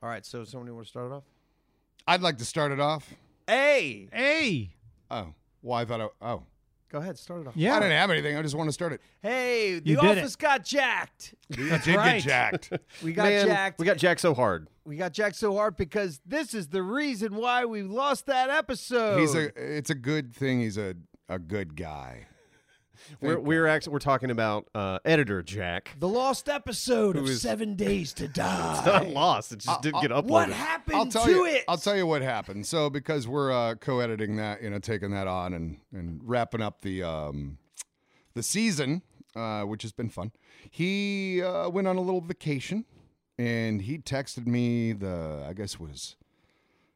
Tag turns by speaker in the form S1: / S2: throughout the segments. S1: All right, so somebody want to start it off?
S2: I'd like to start it off.
S1: Hey,
S3: Hey,
S2: Oh, well, I thought, I, oh,
S1: go ahead, start it off.
S3: yeah,
S2: I didn't have anything. I just want to start it.
S1: Hey, the
S3: You did it.
S1: office got jacked.
S2: That's did
S3: right.
S2: get jacked.
S1: We got
S4: Man,
S1: jacked.
S4: We got jacked so hard.
S1: we got jacked so hard because this is the reason why we lost that episode.
S2: He's a. It's a good thing. He's a a good guy.
S4: We're we're actually we're talking about uh, editor Jack.
S1: the lost episode of
S4: is-
S1: Seven Days to
S4: It's not
S1: Die.
S4: lost. It just didn't get uploaded.
S1: Uh, what happened
S2: I'll tell
S1: to
S2: you.
S1: it?
S2: I'll tell you what happened. So because we're uh, co-editing that, you know, taking that on and and wrapping up the um the season, uh, which has been fun. He uh, went on a little vacation, and he texted me the I guess it was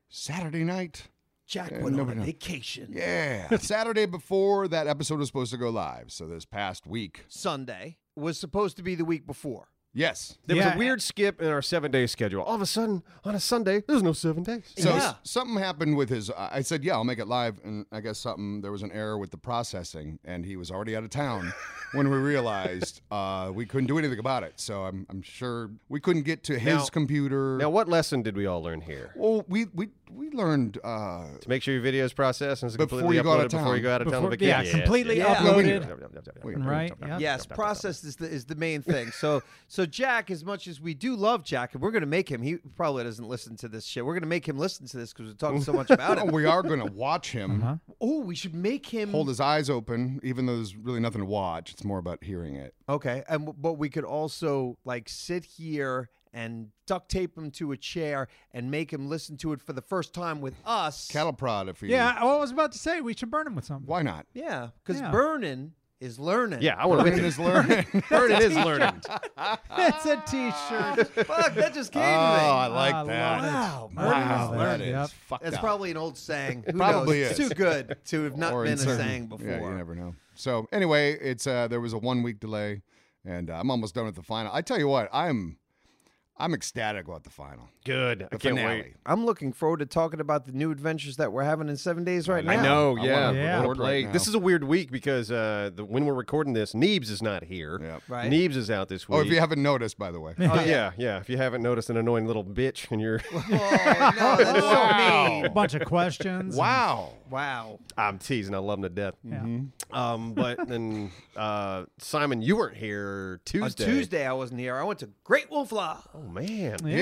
S2: Saturday night.
S1: Jack went on
S2: nobody
S1: a
S2: knows.
S1: vacation
S2: Yeah, Saturday before that episode was supposed to go live. So this past week.
S1: Sunday. Was supposed to be the week before.
S2: Yes.
S4: There was
S3: Yeah.
S4: a weird skip in our seven day schedule. All of a sudden, on a Sunday, there's no seven days.
S2: So
S1: Yeah.
S2: s- something happened with his. I I said, "Yeah, I'll make it live," and I guess something there was an error with the processing, and he was already out of town when we realized uh, we couldn't do anything about it. So I'm, I'm sure we couldn't get to his
S4: Now-
S2: computer.
S4: Now, what lesson did we all learn here?
S2: well, we we we learned. Uh,
S4: To make sure your video is processed and it's
S2: Before
S4: completely
S2: you go out
S4: uploaded
S2: of town.
S4: before you go out of town on
S3: Before- yeah,
S4: vacation. Yes,
S3: completely
S4: yes, yes.
S3: uploaded.
S4: Yep, yep, yep, yep, yep.
S3: Right, yeah.
S1: Yes,
S4: Yep, yep, yep,
S1: process is the, is the main thing. So, so Jack, as much as we do love Jack, and we're going to make him, he probably doesn't listen to this shit. We're going to make him listen to this because we're talking so much about
S2: oh,
S1: it.
S2: we are going to watch him
S1: Oh, we should make him.
S2: hold his eyes open, even though there's really nothing to watch. It's more about hearing it.
S1: Okay, and w- but we could also like sit here and duct tape him to a chair and make him listen to it for the first time with us.
S2: Cattle prod, if you.
S3: yeah. Oh, I was about to say we should burn him with something.
S2: Why not?
S1: Yeah, because
S3: Yeah.
S1: burning is learning.
S4: Yeah, I want
S2: Learning
S4: to.
S2: is learning.
S4: Vernon is learning.
S3: That's a T-shirt.
S1: fuck, that just
S2: oh,
S1: came
S2: I
S1: to me.
S2: like
S3: I
S2: that.
S3: love it.
S1: Wow, burning
S2: Wow,
S1: is
S2: that
S1: learning.
S2: is
S3: Yep.
S2: fucked
S1: That's
S2: up.
S1: probably an old saying. Who
S2: Probably
S1: knows? It's
S2: is.
S1: too good to have not
S2: Or
S1: been a
S2: insane.
S1: saying before.
S2: Yeah, you never know. So anyway, it's uh, there was a one week delay, and uh, I'm almost done with the final. I tell you what, I'm I'm ecstatic about the final.
S4: Good. I
S2: The
S4: can't
S2: finale.
S4: wait.
S1: I'm looking forward to talking about the new adventures that we're having in seven days right now.
S4: I know.
S2: I
S4: Yeah.
S2: wanna
S3: Yeah.
S2: record right
S4: Like,
S2: now.
S4: this is a weird week because uh, the, when we're recording this, Neebs is not here.
S2: Yep.
S1: Right.
S4: Neebs is out this week.
S2: Oh, if you haven't noticed, by the way,
S4: Oh, yeah, yeah. If you haven't noticed an annoying little bitch and you're,
S1: Oh, no, that's so mean.
S3: A bunch of questions. and-
S2: wow, Mm-hmm.
S1: Wow.
S4: I'm teasing. I love him to death.
S3: Yeah.
S4: Um, but then uh, Simon, you weren't
S1: On
S4: here Tuesday.
S1: Tuesday, I wasn't here. I went to Great Wolf Law.
S4: Oh man.
S3: Yeah.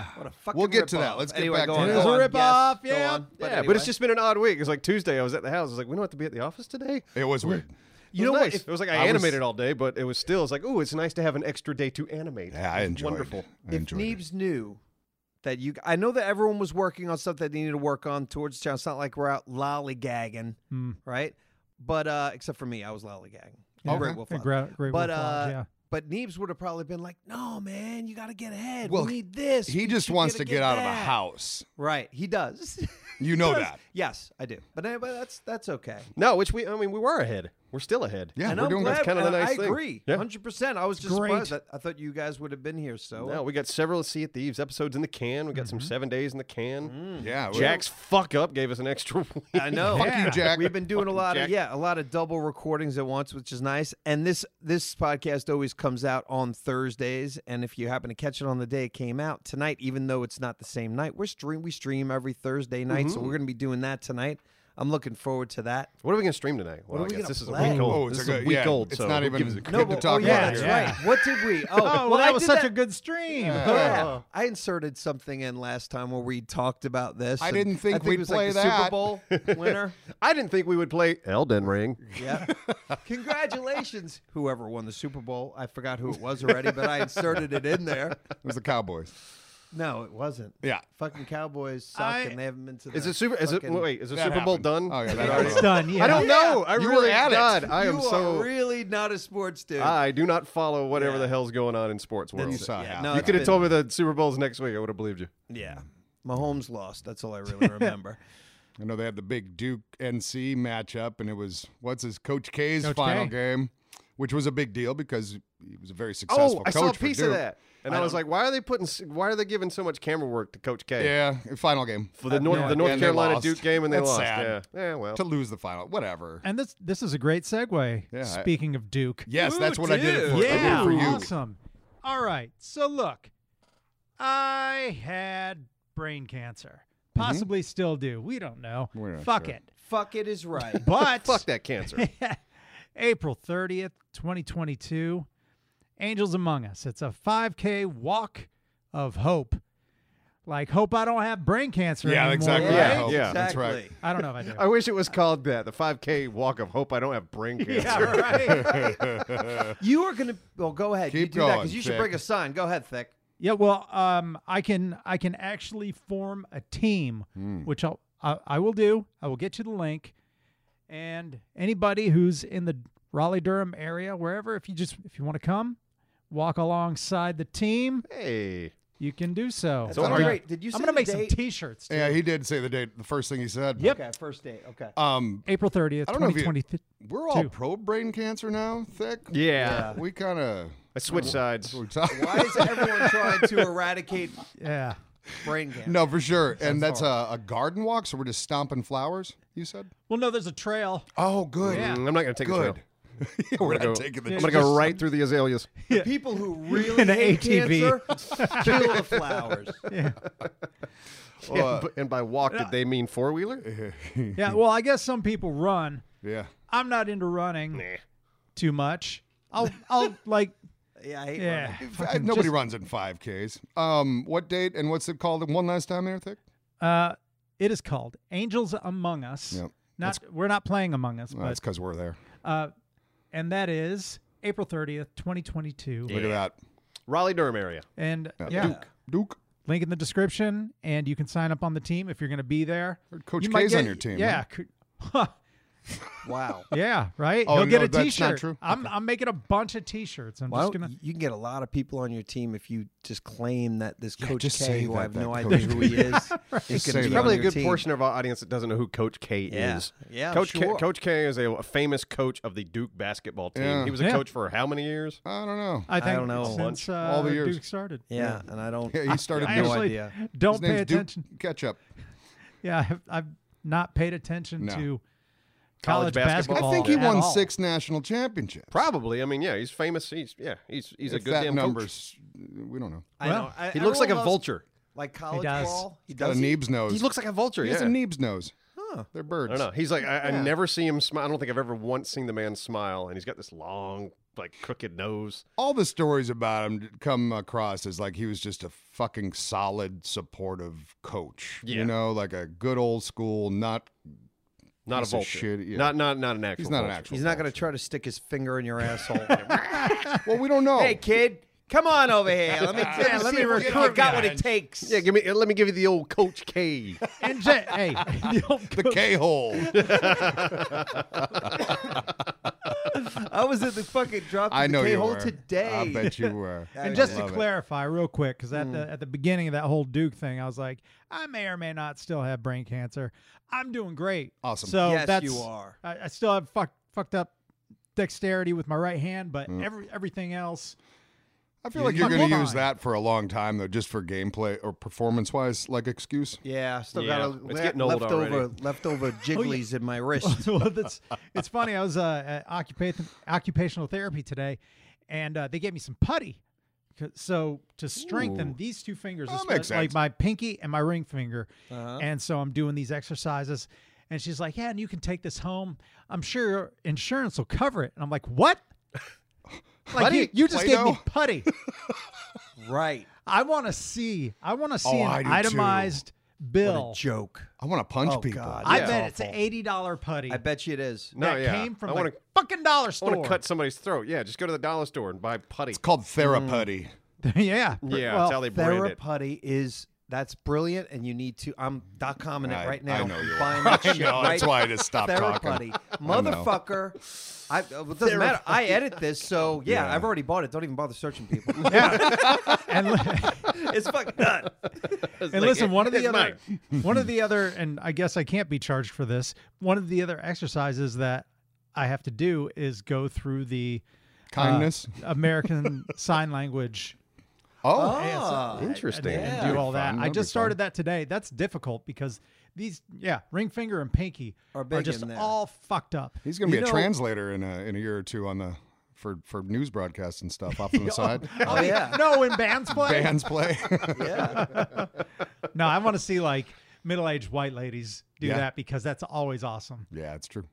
S2: Yeah.
S1: What a fucking
S2: We'll get to
S1: rip-off.
S2: that. Let's get
S1: anyway,
S2: back
S1: go
S2: to
S1: on,
S2: that.
S1: go
S2: It was a
S1: on.
S3: rip-off,
S1: Yes, go
S3: yeah.
S1: on.
S4: yeah,
S1: anyway.
S4: but it's just been an odd week. It's like Tuesday. I was at the house. I was like, we don't have to be at the office today.
S2: it was weird.
S4: You
S1: know
S4: know
S1: what,
S4: nice.
S1: if-
S4: it was like I,
S2: I was-
S4: animated all day, but it was still. It's like, oh, it's nice to have an extra day to animate.
S2: Yeah, I
S4: It's
S2: enjoyed.
S4: Wonderful.
S1: if
S2: I enjoyed it.
S1: Neebs knew that you, I know that everyone was working on stuff that they needed to work on towards town. It's not like we're out lollygagging,
S2: Hmm.
S3: Mm.
S1: right? But uh, except for me, I was lollygagging.
S3: Yeah.
S1: Great Wolf
S3: Yeah,
S1: Law.
S3: gra- great
S1: But,
S3: Wolf Lodge,
S1: uh,
S3: yeah.
S1: But Neebs would have probably been like, "No, man, you got to get ahead.
S2: Well,
S1: we need this."
S2: he
S1: We
S2: just
S1: should
S2: wants
S1: a-
S2: to get out of a
S1: that."
S2: house.
S1: Right, he does.
S2: You know
S1: Does-
S2: that.
S1: Yes, I do. But anyway, that's that's okay.
S4: No, which we. I mean, we were ahead. We're still ahead.
S2: Yeah,
S1: and
S2: we're
S1: I'm
S2: doing
S1: glad,
S2: good.
S4: That's kinda the
S1: and
S4: nice
S1: I
S4: thing.
S1: agree,
S4: Yeah.
S1: hundred percent. I was just
S3: Great.
S1: surprised. I, I thought you guys would have been here. So
S4: No, we got several Sea at Thieves episodes in the can. We got
S1: Mm-hmm.
S4: some seven days in the can.
S2: Yeah, it was-
S4: Jack's fuck up gave us an extra week.
S1: I know.
S2: Fuck you, Jack.
S1: We've been doing a lot of
S4: Jack.
S1: yeah, a lot of double recordings at once, which is nice. And this this podcast always comes out on Thursdays, and if you happen to catch it on the day it came out tonight, even though it's not the same night, we're stream we stream every Thursday night, so we're going to be doing that tonight. I'm looking forward to that.
S4: What are we gonna stream tonight?
S1: are
S4: Well,
S1: we
S4: I guess
S1: gonna
S4: this is
S1: play?
S4: a week old.
S2: Oh, it's
S4: this
S2: a
S4: is
S2: good-
S4: a week
S2: yeah,
S4: old.
S2: it's
S4: so
S2: not
S4: we'll
S2: even-
S4: give us a-
S2: Good to
S1: but-
S2: talk
S1: oh, yeah,
S2: about
S1: that's
S3: here. Yeah.
S1: right. What did we? Oh,
S3: Oh, well,
S1: well, I
S3: that was
S1: did
S3: such a good stream.
S1: Yeah. I inserted something in last time where we talked about this.
S2: I
S1: and
S2: didn't think
S1: I
S2: we'd
S1: it was
S2: play
S1: like the Super
S2: that.
S1: Bowl winner.
S4: I didn't think we would play Elden Ring.
S1: Yeah. Congratulations, whoever won the Super Bowl. I forgot who it was already, but I inserted it in there.
S2: It was the Cowboys.
S1: No, it wasn't.
S2: Yeah.
S1: Fucking Cowboys suck,
S3: I-
S1: and they haven't been to. The
S4: Is it super? Is it
S1: fucking-
S4: wait? Is the
S2: That
S4: Super Bowl
S2: happened.
S4: done?
S2: Oh, yeah, that
S3: It's
S2: happened.
S3: done. Yeah.
S4: I don't know. I
S2: You were
S4: really
S2: at it.
S4: God, I
S1: you
S4: am so.
S1: are really not a sports dude.
S4: I do not follow whatever
S1: Yeah.
S4: the hell's going on in sports world.
S2: You saw
S1: yeah,
S2: how.
S1: no,
S4: You
S1: it's
S4: could have
S1: been-
S4: told me the Super Bowl's next week. I would have believed you.
S1: yeah. Mahomes lost. That's all I really remember.
S2: I know they had the big Duke NC matchup, and it was what's his Coach K's
S3: Coach
S2: final
S3: K.
S2: game, which was a big deal because he was Oh, a very successful
S4: Oh,
S2: coach.
S4: I saw a
S2: for
S4: piece of
S2: Duke.
S4: that, and I, was like, why are they putting? s- Why are they giving so much camera work to Coach K?
S2: Yeah, final game
S4: For the North,
S2: no
S4: the
S2: idea.
S4: North
S2: And they
S4: Carolina
S2: lost.
S4: Duke game, and they
S2: That's
S4: lost.
S2: sad.
S4: Yeah. Yeah. Well.
S2: to lose the final. Whatever.
S3: And this this is a great segue.
S2: Yeah, I-
S3: Speaking of Duke.
S2: Yes, that's
S1: Ooh,
S2: what I did it
S1: dude.
S2: for. I did it
S3: Yeah,
S2: for you.
S3: awesome. All right, so look, I had brain cancer. Possibly still do. We don't know.
S2: Mm-hmm. We're not
S3: Fuck
S2: sure.
S3: it.
S1: Fuck it is right.
S3: But
S4: Fuck that cancer.
S3: April 30th, 2022. Angels Among Us. It's a 5K walk of hope. Like, hope I don't have brain cancer
S2: Yeah,
S3: anymore.
S2: exactly.
S3: right?
S2: Yeah. that's right.
S1: Exactly.
S3: I don't know if I do.
S4: I wish it was called that. The 5K walk of hope. I don't have brain cancer.
S3: yeah, right.
S1: You are gonna. Well, go ahead. you
S2: Keep
S1: do that
S2: going,
S1: because you should
S2: Thick.
S1: bring a sign. Go ahead, thick.
S3: Yeah, well, um, I can I can actually form a team,
S2: Hmm.
S3: which I'll, I I will do. I will get you the link, and anybody who's in the Raleigh Durham area, wherever, if you just if you want to come, walk alongside the team,
S4: Hey,
S3: you can do so.
S1: That
S4: So
S1: sounds
S4: are you-
S1: great. Did you?
S3: I'm
S1: say
S3: gonna
S1: the
S3: make
S1: date?
S3: some T-shirts. too.
S2: Yeah, he did say the date. The first thing he said.
S3: Yep.
S1: Okay, first date. Okay.
S4: Uh,
S2: Um,
S3: April 30th,
S2: I don't know if you-
S3: 2023.
S2: we're all
S3: Two.
S2: pro brain cancer now. Thick.
S4: yeah.
S2: We kind of.
S4: I switched sides.
S2: We're talking.
S1: Why is everyone trying to eradicate
S3: Yeah,
S1: brain cancer?
S2: No, for sure. And that's a, a garden walk, so we're just stomping flowers, you said?
S3: well, no, there's a trail.
S2: Oh, good.
S3: Yeah.
S4: Mm, I'm not gonna take a
S2: Good.
S4: trail.
S2: yeah, we're
S4: I'm
S2: not
S4: gonna
S2: taking
S4: go-
S2: the
S4: I'm gonna go right through the azaleas.
S1: The people who really
S3: An
S1: hate
S3: ATV.
S1: cancer kill the flowers.
S2: Uh,
S4: and, Uh, b- and by walk, did they mean four wheeler?
S3: Yeah, well, I guess some people run.
S2: Yeah.
S3: I'm not into running too much. I'll I'll like
S1: Yeah, I hate
S3: yeah.
S1: running.
S2: I-
S3: fucking
S2: Nobody
S3: just-
S2: runs in 5Ks. Um, what date and what's it called? One last time here, Thick?
S3: Uh, it is called Angels Among Us.
S2: Yep.
S3: Not we're not playing Among Us,
S2: Well, that's
S3: but
S2: because we're there.
S3: uh, and that is April thirtieth, twenty twenty two.
S2: Look at
S4: Raleigh Durham area.
S3: And yeah,
S2: that. Duke. Duke.
S3: link in the description, and you can sign up on the team if you're going to be there.
S2: Heard Coach
S3: You might
S2: K's on
S3: get-
S2: your team,
S3: Yeah. co-
S1: Wow.
S3: yeah, right.
S2: Oh,
S3: You'll get
S2: no,
S3: a
S2: that's not
S3: T-shirt.
S2: true?
S3: I'm I'm making a bunch of T-shirts. I'm
S1: Well,
S3: just gonna.
S1: you can get a lot of people on your team if you just claim that this Coach
S2: just
S1: K,
S2: say
S1: who
S2: that-
S1: I have
S2: that
S1: no
S2: Coach
S1: idea who he is, is
S2: Just
S1: going
S2: say
S1: to
S2: that.
S1: be
S4: Probably
S1: on your
S4: a good
S1: team.
S4: portion of our audience that doesn't know who Coach K
S1: Yeah.
S4: is.
S1: Yeah, I'm
S4: Coach
S1: sure.
S4: K, Coach K is a, a famous coach of the Duke basketball team.
S2: Yeah.
S4: He was a
S3: Yeah.
S4: coach for how many years?
S2: I don't know.
S3: I think
S1: don't know.
S3: since uh,
S2: All the years.
S3: Duke started.
S1: Yeah, and I don't.
S2: Yeah, he started
S3: I
S1: no
S2: Duke.
S3: actually
S1: idea.
S3: don't
S2: His
S3: pay
S2: name's
S3: attention.
S2: Duke Ketchup.
S3: Yeah, I've, I've not paid attention
S2: No.
S3: to
S4: College
S3: college,
S4: basketball.
S3: basketball.
S2: I think he
S3: at
S2: won
S3: all.
S2: six national championships.
S4: Probably. I mean, yeah, he's famous. He's yeah, he's he's a
S2: If
S4: good
S2: that
S4: damn coach.
S2: numbers, we don't know.
S1: I
S3: Well,
S1: don't- I-
S4: He looks like a
S1: everyone loves,
S4: vulture.
S1: Like college
S3: does.
S1: ball. He
S2: Got
S1: does.
S2: a
S1: he?
S2: Neebs nose.
S4: He looks like a vulture.
S2: He
S4: yeah.
S2: has a Neebs nose.
S1: Huh.
S2: They're birds.
S4: I don't know. He's like I, I never see him smile. I don't think I've ever once seen the man smile, and he's got this long, like crooked nose.
S2: all the stories about him come across as like he was just a fucking solid supportive coach
S4: Yeah.
S2: you know like a good old school not
S4: Not
S2: Piece
S4: a
S2: of
S4: vulture.
S2: shit, yeah.
S4: Not not not an actual.
S2: he's not an
S4: vulture.
S2: actual
S1: He's not
S2: coach.
S1: going to try to stick his finger in your asshole.
S2: well we don't know
S1: hey, kid, come on over here. Let me, let me
S3: let
S1: see
S3: me
S1: if we-
S3: recruit
S1: I've got what
S3: you.
S1: it takes.
S4: Yeah, give me. Let me give you the old Coach K.
S3: And J- hey, the old
S2: the k-hole
S1: I was at the fucking drop.
S2: i know
S1: the
S2: you
S1: hole
S2: were
S1: today.
S2: i bet you were
S3: And just to
S2: love it.
S3: clarify, real quick, because at
S1: Mm.
S3: the at the beginning of that whole Duke thing, I was like, I may or may not still have brain cancer. I'm doing great.
S2: Awesome.
S3: So
S1: yes,
S3: that's,
S1: you are.
S3: I, I still have fucked fucked up dexterity with my right hand, but
S2: Mm.
S3: every everything else.
S2: i feel like you're
S3: Fuck,
S2: going to
S3: hold
S2: use
S3: on.
S2: that for a long time though just for gameplay or performance wise like excuse
S1: Yeah, still
S4: Yeah,
S1: got a
S4: it's
S1: le-
S4: getting old
S1: leftover
S4: already.
S2: Oh,
S1: leftover jigglies in my wrist.
S3: well, that's it's funny. I was uh, at occupation, occupational therapy today, and uh, they gave me some putty. 'Cause- So to strengthen these two fingers,
S2: That
S3: is
S2: makes
S3: what- like
S2: sense.
S3: my pinky and my ring finger,
S1: Uh-huh.
S3: and so I'm doing these exercises. And she's like, "Yeah, and you can take this home. I'm sure your insurance will cover it." And I'm like, "What? like you,
S2: Putty?
S3: you just gave me
S2: Play-Doh?
S3: putty?
S1: right.
S3: I want to see. I want to see
S2: Oh, I
S3: an
S2: do too.
S3: itemized bill.
S1: Joke.
S2: i want to punch
S1: Oh,
S2: people
S1: God.
S3: I
S4: Yeah.
S3: bet it's an eighty dollar putty
S1: I bet you it is.
S4: No,
S3: that
S4: yeah.
S3: came from
S4: I
S3: the
S4: wanna-
S3: fucking dollar
S4: I
S3: store.
S4: want to cut somebody's throat. Yeah, just go to the dollar store and buy putty.
S2: it's called theraputty
S1: Mm.
S3: yeah.
S4: yeah,
S3: Well,
S4: that's how they brand it.
S1: Theraputty is that's brilliant, and you need to. I'm dot comming
S2: I-
S1: it right
S2: I
S1: now.
S2: know you are.
S1: Buying that
S2: I
S1: shit
S2: know, that's
S1: right
S2: why i just stopped
S1: Theraputty,
S2: talking
S1: motherfucker. I, uh, it doesn't matter. I edit this, so yeah,
S2: Yeah.
S1: I've already bought it. Don't even bother searching people.
S3: and, li-
S1: it's fucking done.
S4: It's
S3: and
S4: like,
S3: listen,
S4: it-
S3: one of
S4: it's
S3: the other,
S4: mine.
S3: one of the other, and I guess I can't be charged for this. One of the other exercises that I have to do is go through the uh,
S2: kindness
S3: American Sign Language.
S2: oh
S1: Ah,
S4: Interesting.
S3: And,
S1: Yeah.
S3: do all
S2: That'd be fun.
S3: that. I
S2: That'd be
S3: just started that today. That's difficult because these, yeah, ring finger and pinky
S1: Are
S3: are,
S1: big
S3: just
S1: in there.
S3: all fucked up.
S2: He's going to
S1: You
S2: be a
S1: know-
S2: translator in a in a year or two on the for for news broadcasts and stuff off on the side.
S1: Oh yeah,
S3: No, when bands play.
S2: Bands play.
S1: yeah.
S3: No, I want to see like middle-aged white ladies do
S2: Yeah.
S3: that because that's always awesome.
S2: yeah, it's true.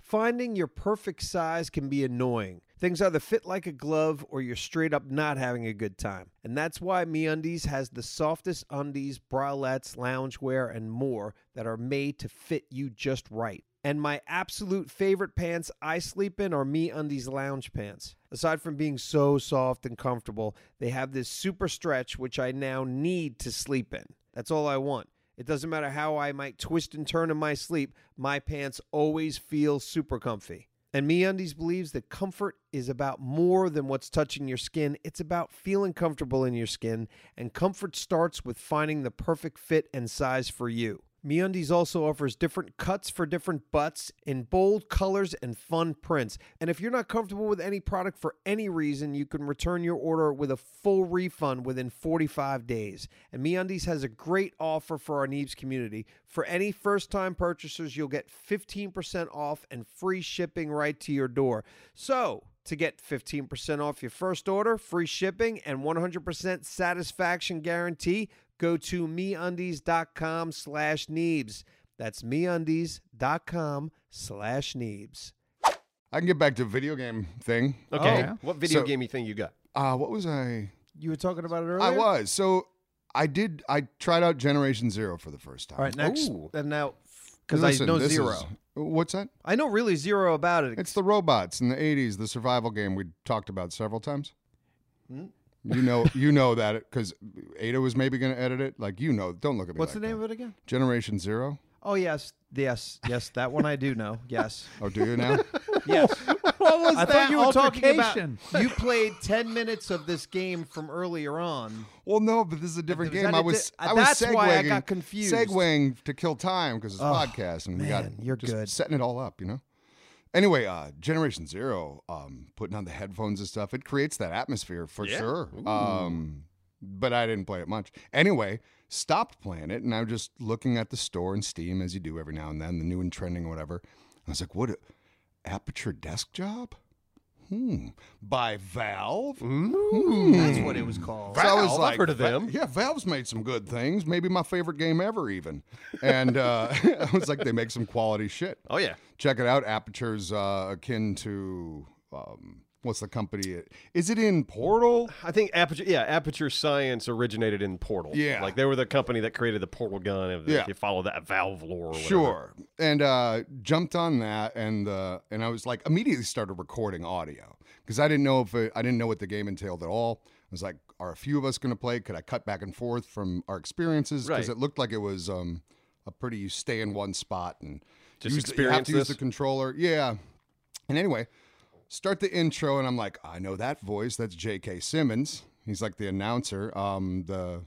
S1: Finding your perfect size can be annoying. Things either fit like a glove or you're straight up not having a good time. And that's why MeUndies has the softest undies, bralettes, loungewear, and more that are made to fit you just right. And my absolute favorite pants I sleep in are MeUndies lounge pants. Aside from being so soft and comfortable, they have this super stretch which I now need to sleep in. That's all I want. It doesn't matter how I might twist and turn in my sleep, my pants always feel super comfy. And MeUndies believes that comfort is about more than what's touching your skin. It's about feeling comfortable in your skin, and comfort starts with finding the perfect fit and size for you. MeUndies also offers different cuts for different butts in bold colors and fun prints. And if you're not comfortable with any product for any reason, you can return your order with a full refund within 45 days. And MeUndies has a great offer for our Neebs community. For any first-time purchasers, you'll get 15% off and free shipping right to your door. So, to get 15% off your first order, free shipping, and 100% satisfaction guarantee, go to meundies.com slash Neebs. That's meundies.com slash Neebs.
S2: I can get back to video game thing.
S4: Okay.
S3: yeah.
S4: What video
S2: So-
S4: gamey thing you got?
S2: Uh, what was I?
S1: You were talking about it earlier?
S2: I was. So I did. I tried out Generation Zero for the first time.
S1: All right, next.
S4: Ooh.
S1: And now, because I
S2: Listen,
S1: know
S2: this
S1: zero.
S2: is- what's that?
S1: I know really zero about it.
S2: It's the robots in the '80s, the survival game we talked about several times.
S1: Hmm?
S2: You know, you know that because Ada was maybe going to edit it. Like you know, don't look at me.
S1: What's
S2: like
S1: the name
S2: that.
S1: of it again?
S2: Generation Zero?
S1: Oh, yes. Yes. Yes. That one I do know. Yes.
S2: Oh, do you now?
S1: Yes.
S3: What was
S1: I
S3: that
S1: thought you were talking about
S3: altercation?
S1: you played 10 minutes of this game from earlier on.
S2: well, no, but this is a different
S1: Is
S2: game.
S1: that
S2: I
S1: a
S2: was,
S1: di-
S2: I was
S1: that's
S2: segueing,
S1: why I got confused. Oh,
S2: Segueing to kill time because it's podcast, and we
S1: man,
S2: got
S1: you're
S2: just
S1: good.
S2: setting it all up, you know. Anyway, uh, Generation Zero, um, putting on the headphones and stuff, it creates that atmosphere for
S4: Yeah.
S2: sure. Um, but I didn't play it much. Anyway, stopped playing it, and I'm just looking at the store and Steam as you do every now and then, the new and trending, or whatever. I was like, what? A, Aperture Desk Job? Hmm. By Valve?
S1: That's what it was called.
S2: So I was
S4: Valve, I've
S2: like,
S4: heard of
S2: Va-
S4: them.
S2: Yeah, Valve's made some good things. Maybe my favorite game ever, even. And uh, I was like, they make some quality shit.
S4: Oh yeah.
S2: Check it out. Aperture's uh, akin to um, what's the company? Is it in Portal?
S4: I think Aperture, yeah, Aperture Science originated in Portal.
S2: Yeah.
S4: like they were the company that created the Portal gun. If,
S2: Yeah.
S4: if you follow that Valve lore, or whatever.
S2: Sure. And uh, jumped on that, and uh, and I was like immediately started recording audio because I didn't know if it, I didn't know what the game entailed at all. I was like, are a few of us going to play? Could I cut back and forth from our experiences? Because
S4: Right.
S2: it looked like it was um, a pretty you stay in one spot and
S4: Just
S2: use the, you have
S4: experience
S2: to use
S4: this?
S2: the controller. Yeah. And anyway, start the intro, and I'm like, I know that voice. That's J.K. Simmons. He's like the announcer, um, the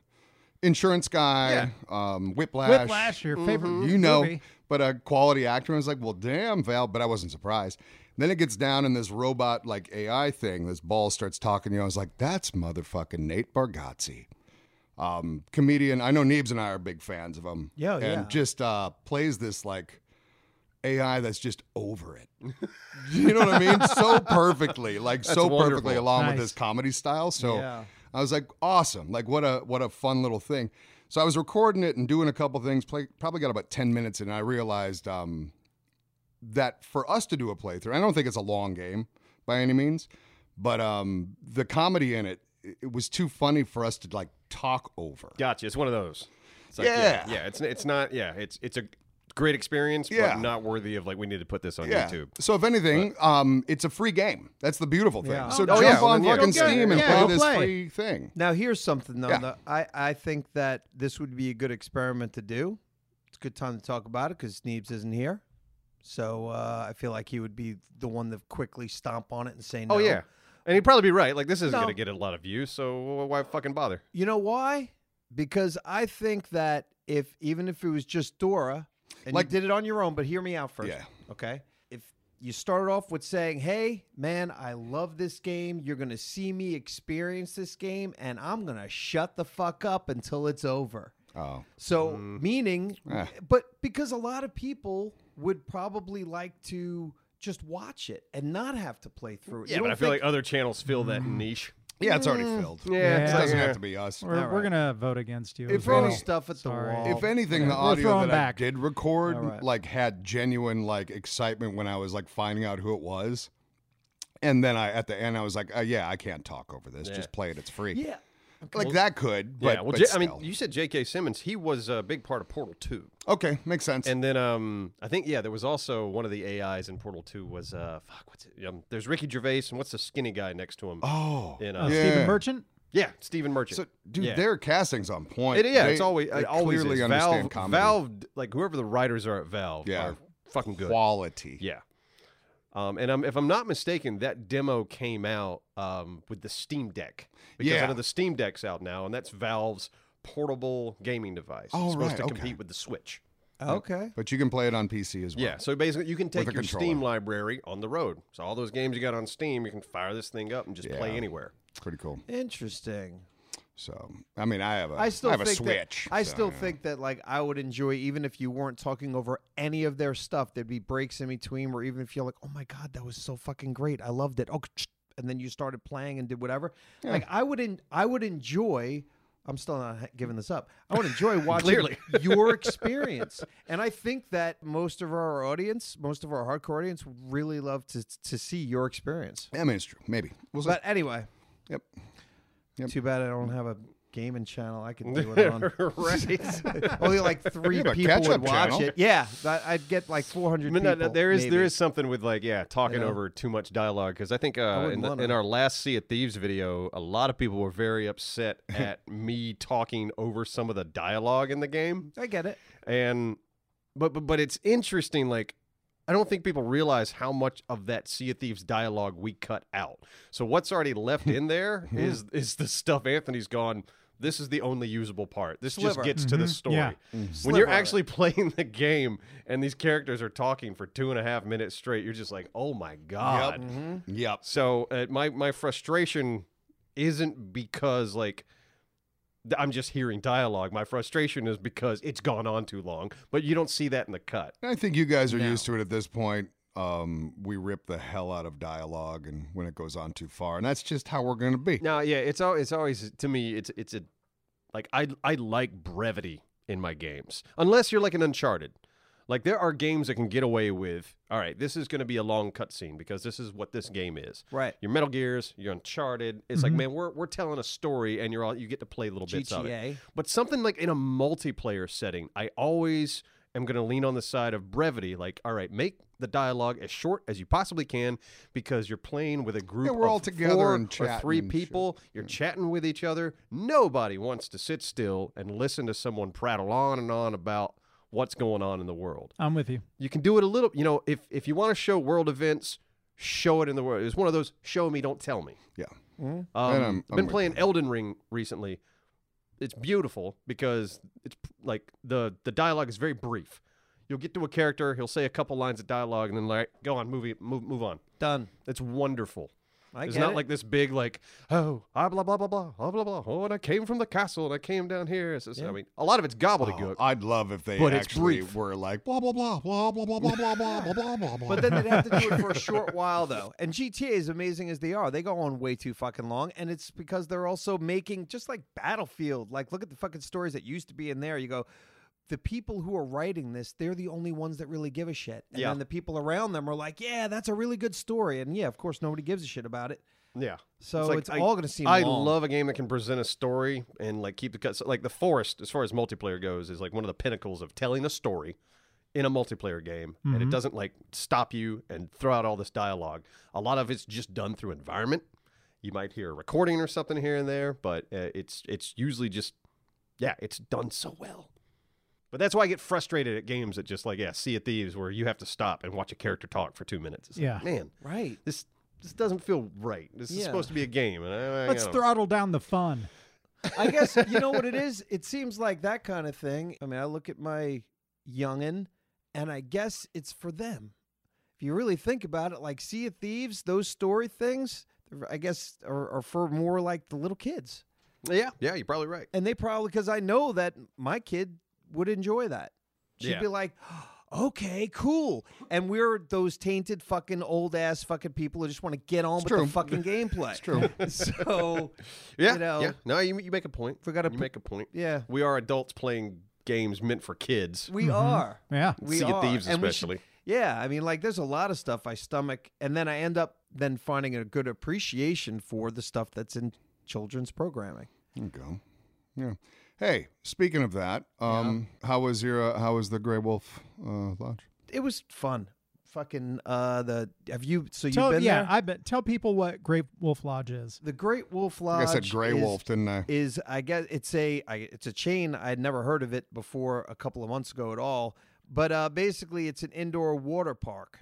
S2: insurance guy, um,
S3: Whiplash,
S1: Mm-hmm.
S3: your favorite
S2: you know,
S3: Mm-hmm. movie.
S2: but a quality actor. And I was like, well, damn, Val, but I wasn't surprised. And then it gets down in this robot like AI thing. This ball starts talking to you. I was like, that's motherfucking Nate Bargatze. Um, comedian. I know Neebs and I are big fans of him.
S1: Yeah,
S2: and
S1: yeah.
S2: just uh, plays this like AI that's just over it. you know what I mean? So perfectly, like so perfectly
S4: wonderful.
S2: along with
S3: Nice.
S2: his comedy style. So
S1: Yeah.
S2: I was like, awesome! Like what a what a fun little thing. So I was recording it and doing a couple things. Play, probably got about ten minutes in, and I realized um, that for us to do a playthrough, I don't think it's a long game by any means, but um, the comedy in it it it was too funny for us to like talk over.
S4: Gotcha. It's one of those. It's like,
S2: Yeah.
S4: yeah. It's it's not. Yeah. It's it's a great experience,
S2: Yeah.
S4: but not worthy of like we need to put this on YouTube.
S2: So if anything, um, it's a free game. That's the beautiful thing.
S1: Yeah.
S2: So
S1: Oh,
S2: jump
S4: yeah.
S2: on
S4: Well, then,
S2: fucking
S4: yeah, go get it.
S2: Steam and
S3: Yeah,
S2: play
S3: go
S2: this
S3: play.
S2: free thing.
S1: Now here's something though.
S2: Yeah.
S1: that I I think that this would be a good experiment to do. It's a good time to talk about it because Sneebs isn't here, so uh, I feel like he would be the one to quickly stomp on it and say no.
S4: Oh yeah. And he'd probably be right. Like this isn't
S1: No.
S4: going to get a lot of views, so why fucking bother?
S1: You know why? Because I think that if even if it was just Dora, and
S2: Like-
S1: you did it on your own, but hear me out first.
S2: Yeah.
S1: Okay. If you started off with saying, "Hey, man, I love this game. You're gonna see me experience this game, and I'm gonna shut the fuck up until it's over."
S2: Oh,
S1: So
S4: Mm-hmm.
S1: meaning,
S2: Eh.
S1: but because a lot of people would probably like to just watch it and not have to play through it.
S4: Yeah,
S1: You
S4: but I
S1: don't
S4: feel
S1: think-
S4: like other channels fill that
S2: Mm.
S4: niche.
S2: Yeah, it's already filled.
S3: Yeah.
S2: it doesn't
S4: Mm. yeah.
S2: have to be us.
S3: We're, we're gonna vote against you.
S2: If
S3: as well.
S1: throw
S2: any-
S1: stuff at the
S3: Sorry.
S1: wall.
S2: If anything, the
S3: We'll
S2: audio
S3: throw
S2: that
S3: 'em back.
S2: I did record
S1: All right.
S2: like had genuine like excitement when I was like finding out who it was, and then I at the end I was like, uh, yeah, I can't talk over this.
S4: Yeah.
S2: Just play it. It's free.
S1: yeah,
S2: like that could. But,
S4: yeah, well,
S2: but
S4: J- I
S2: still.
S4: mean, you said J.K. Simmons. He was a big part of Portal Two,
S2: okay, makes sense.
S4: and then um, I think yeah, there was also one of the AIs in Portal Two was uh, fuck, what's it? Um, there's Ricky Gervais, and what's the skinny guy next to him?
S2: oh,
S4: in,
S3: Uh,
S4: uh,
S2: yeah.
S3: Stephen Merchant.
S4: yeah, Stephen Merchant.
S2: so dude,
S4: yeah.
S2: their casting's on point.
S4: It, yeah,
S2: They-
S4: it's always
S2: they
S4: it always
S2: clearly
S4: is.
S2: understand
S4: Valve,
S2: comedy
S4: Valve, like whoever the writers are at Valve,
S2: Yeah.
S4: are fucking good.
S2: quality.
S4: Yeah. Um, and um, if I'm not mistaken, that demo came out um, with the Steam Deck because
S2: Yeah.
S4: I know the Steam Deck's out now, and that's Valve's portable gaming device.
S2: Oh,
S4: it's supposed
S2: right,
S4: to
S2: okay.
S4: compete with the Switch.
S1: okay.
S2: But you can play it on PC as well.
S4: Yeah, so basically you can take
S2: a
S4: your
S2: controller.
S4: Steam library on the road. So all those games you got on Steam, you can fire this thing up and just play
S2: Yeah.
S4: anywhere.
S2: pretty cool.
S1: Interesting.
S2: So I mean, I have a
S1: I still
S2: have a
S1: think
S2: Switch.
S1: That, I
S2: so,
S1: still
S2: yeah.
S1: think that like I would enjoy even if you weren't talking over any of their stuff. There'd be breaks in between where even if you're like, oh my god, that was so fucking great, I loved it. Oh, and then you started playing and did whatever. Like I would, en- I would enjoy. I'm still not ha- giving this up. I would enjoy watching
S4: Clearly.
S1: your experience, and I think that most of our audience, most of our hardcore audience, would really love to to see your experience.
S2: I mean, it's true. Maybe we'll see.
S1: But anyway,
S2: Yep. Yep.
S1: Too bad I don't have a gaming channel. I could do it on. Only like three
S2: have a
S1: people would
S2: catch-up
S1: watch
S2: channel.
S1: it. Yeah, that, I'd get like 400
S4: I mean, no,
S1: people.
S4: no, there is there
S1: maybe.
S4: is something with like yeah talking
S1: know?
S4: over too much dialogue because I think uh,
S1: wouldn't
S4: in, the,
S1: wanna.
S4: in our last Sea of Thieves video, a lot of people were very upset at me talking over some of the dialogue in the game,
S1: I get it.
S4: and but but but it's interesting like. I don't think people realize how much of that Sea of Thieves dialogue we cut out. So what's already left in there is is the stuff Anthony's gone. This is the only usable part. This
S1: Sliver.
S4: just gets to the
S3: Mhm.
S4: story.
S3: Yeah.
S4: When you're
S1: Sliver.
S4: actually playing the game and these characters are talking for two and a half minutes straight, you're just like, oh my God.
S1: Mm-hmm.
S2: Yep.
S4: So uh, my, my frustration isn't because, like, th- I'm just hearing dialogue. My frustration is because it's gone on too long, but you don't see that in the cut.
S2: I think you guys are
S1: No.
S2: used to it at this point. Um, we rip the hell out of dialogue, and when it goes on too far, and that's just how we're going to be.
S4: No, yeah, it's al- it's always to me it's it's a like I I like brevity in my games. Unless you're like an Uncharted. Like there are games that can get away with, all right, this is going to be a long cutscene because this is what this game is.
S1: Right.
S4: Your Metal Gears, your Uncharted, it's
S2: Mm-hmm.
S4: like man, we're we're telling a story and you're all you get to play little bits of it.
S1: GTA.
S4: But something like in a multiplayer setting, I always am going to lean on the side of brevity. Like, all right, make the dialogue as short as you possibly can because you're playing with a group
S2: Yeah, we're
S4: of
S2: all together
S4: four
S2: and
S4: or three
S2: chatting and shit.
S4: people. You're chatting with each other. Nobody wants to sit still and listen to someone prattle on and on about what's going on in the world.
S3: I'm with you.
S4: You can do it a little, you know, if if you want to show world events, show it in the world. It's one of those show me, don't tell me.
S2: Yeah.
S4: Um,
S2: And I'm-
S4: I've
S2: I'm
S4: been
S2: with
S4: playing Elden Ring recently. It's beautiful because it's p- like the the dialogue is very brief. You'll get to a character, he'll say a couple lines of dialogue, and then like, go on, movie, move, move on.
S1: Done.
S4: It's wonderful.
S1: I
S4: it's
S1: get
S4: not
S1: it.
S4: like this big like, oh, ah, blah blah blah blah, ah, blah blah. Oh, and I came from the castle, and I came down here. It's, it's- I mean, a lot of it's gobbledygook.
S2: Oh,
S1: Uh,
S2: I'd love if they
S4: But it's
S2: actually
S4: brief.
S2: were like blah blah blah blah blah blah blah blah blah blah blah blah blah.
S1: But then they'd have to do it for a short while, though. And GTA, as amazing as they are, they go on way too fucking long. And it's because they're also making, just like Battlefield, like look at the fucking stories that used to be in there. You go, the people who are writing this, they're the only ones that really give a shit. And
S4: Yeah.
S1: then the people around them are like, yeah, that's a really good story. And yeah, of course, nobody gives a shit about it.
S4: yeah,
S1: So it's,
S4: like, I-
S1: all going to seem
S4: I
S1: long.
S4: love a game that can present a story and like keep the cuts. Like the forest, as far as multiplayer goes, is like one of the pinnacles of telling a story in a multiplayer game, and it doesn't like stop you and throw out all this dialogue. A lot of it's just done through environment. You might hear a recording or something here and there, but uh, it's it's usually just yeah, it's done so well. But that's why I get frustrated at games that just like yeah, Sea of Thieves, where you have to stop and watch a character talk for two minutes. It's like,
S3: Yeah.
S4: man,
S1: Right.
S4: this this doesn't feel right. This
S1: Yeah.
S4: is supposed to be a game, and I, I
S3: Let's
S4: don't-
S3: throttle down the fun.
S1: I guess you know what it is. It seems like that kind of thing. I mean, I look at my youngin, and I guess it's for them. If you really think about it, like Sea of Thieves, those story things, they're- I guess, are, are for more like the little kids,
S4: Yeah, yeah, you're probably right.
S1: and they probably because I know that my kid would enjoy that. She'd
S4: Yeah.
S1: be like, okay, cool. And we're those tainted fucking old ass fucking people who just want to get on with
S2: true.
S1: the fucking gameplay. it's
S2: true.
S1: So,
S4: Yeah,
S1: you know,
S4: yeah. No, you, you make a point.
S1: Forgot to
S4: you
S1: pu-
S4: make a point.
S1: yeah.
S4: We are adults playing games meant for kids.
S1: we are.
S3: Mm-hmm. Yeah.
S1: We
S4: Sea of
S1: are.
S4: Thieves
S1: And we should-
S4: especially.
S1: yeah, I mean, like, there's a lot of stuff I stomach, and then I end up then finding a good appreciation for the stuff that's in children's programming.
S2: There you go. Yeah. Hey, speaking of that, um, how was your uh, how was the Grey Wolf uh, lodge?
S1: It was fun. Fucking uh, the have you so you've
S3: Tell,
S1: been
S3: yeah,
S1: there?
S3: I bet. Tell people what Great Wolf Lodge is.
S1: the Great Wolf
S2: I
S1: Lodge.
S2: think I said Grey
S1: is-
S2: Wolf, didn't I?
S1: is I guess it's a I, it's a chain. I'd never heard of it before a couple of months ago at all. But uh, basically, it's an indoor water park,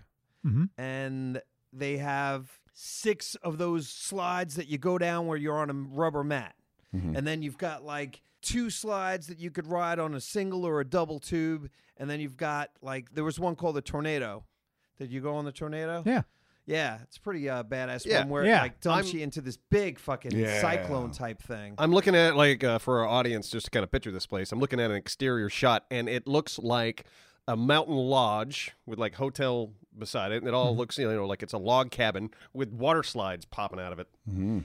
S1: Mm-hmm.
S3: Mhm.
S1: and they have six of those slides that you go down where you're on a rubber mat, and then you've got like two slides that you could ride on a single or a double tube, and then you've got like there was one called the tornado. Did you go on the tornado?
S3: Yeah.
S1: Yeah, it's pretty uh, badass
S4: Yeah.
S1: one where it
S3: Yeah.
S1: like dumps you into this big fucking
S2: Yeah.
S1: cyclone type thing.
S4: I'm looking at like uh, for our audience just to kind of picture this place. I'm looking at an exterior shot, and it looks like a mountain lodge with like hotel beside it, and it all
S1: Mm-hmm.
S4: looks you know like it's a log cabin with water slides popping out of it.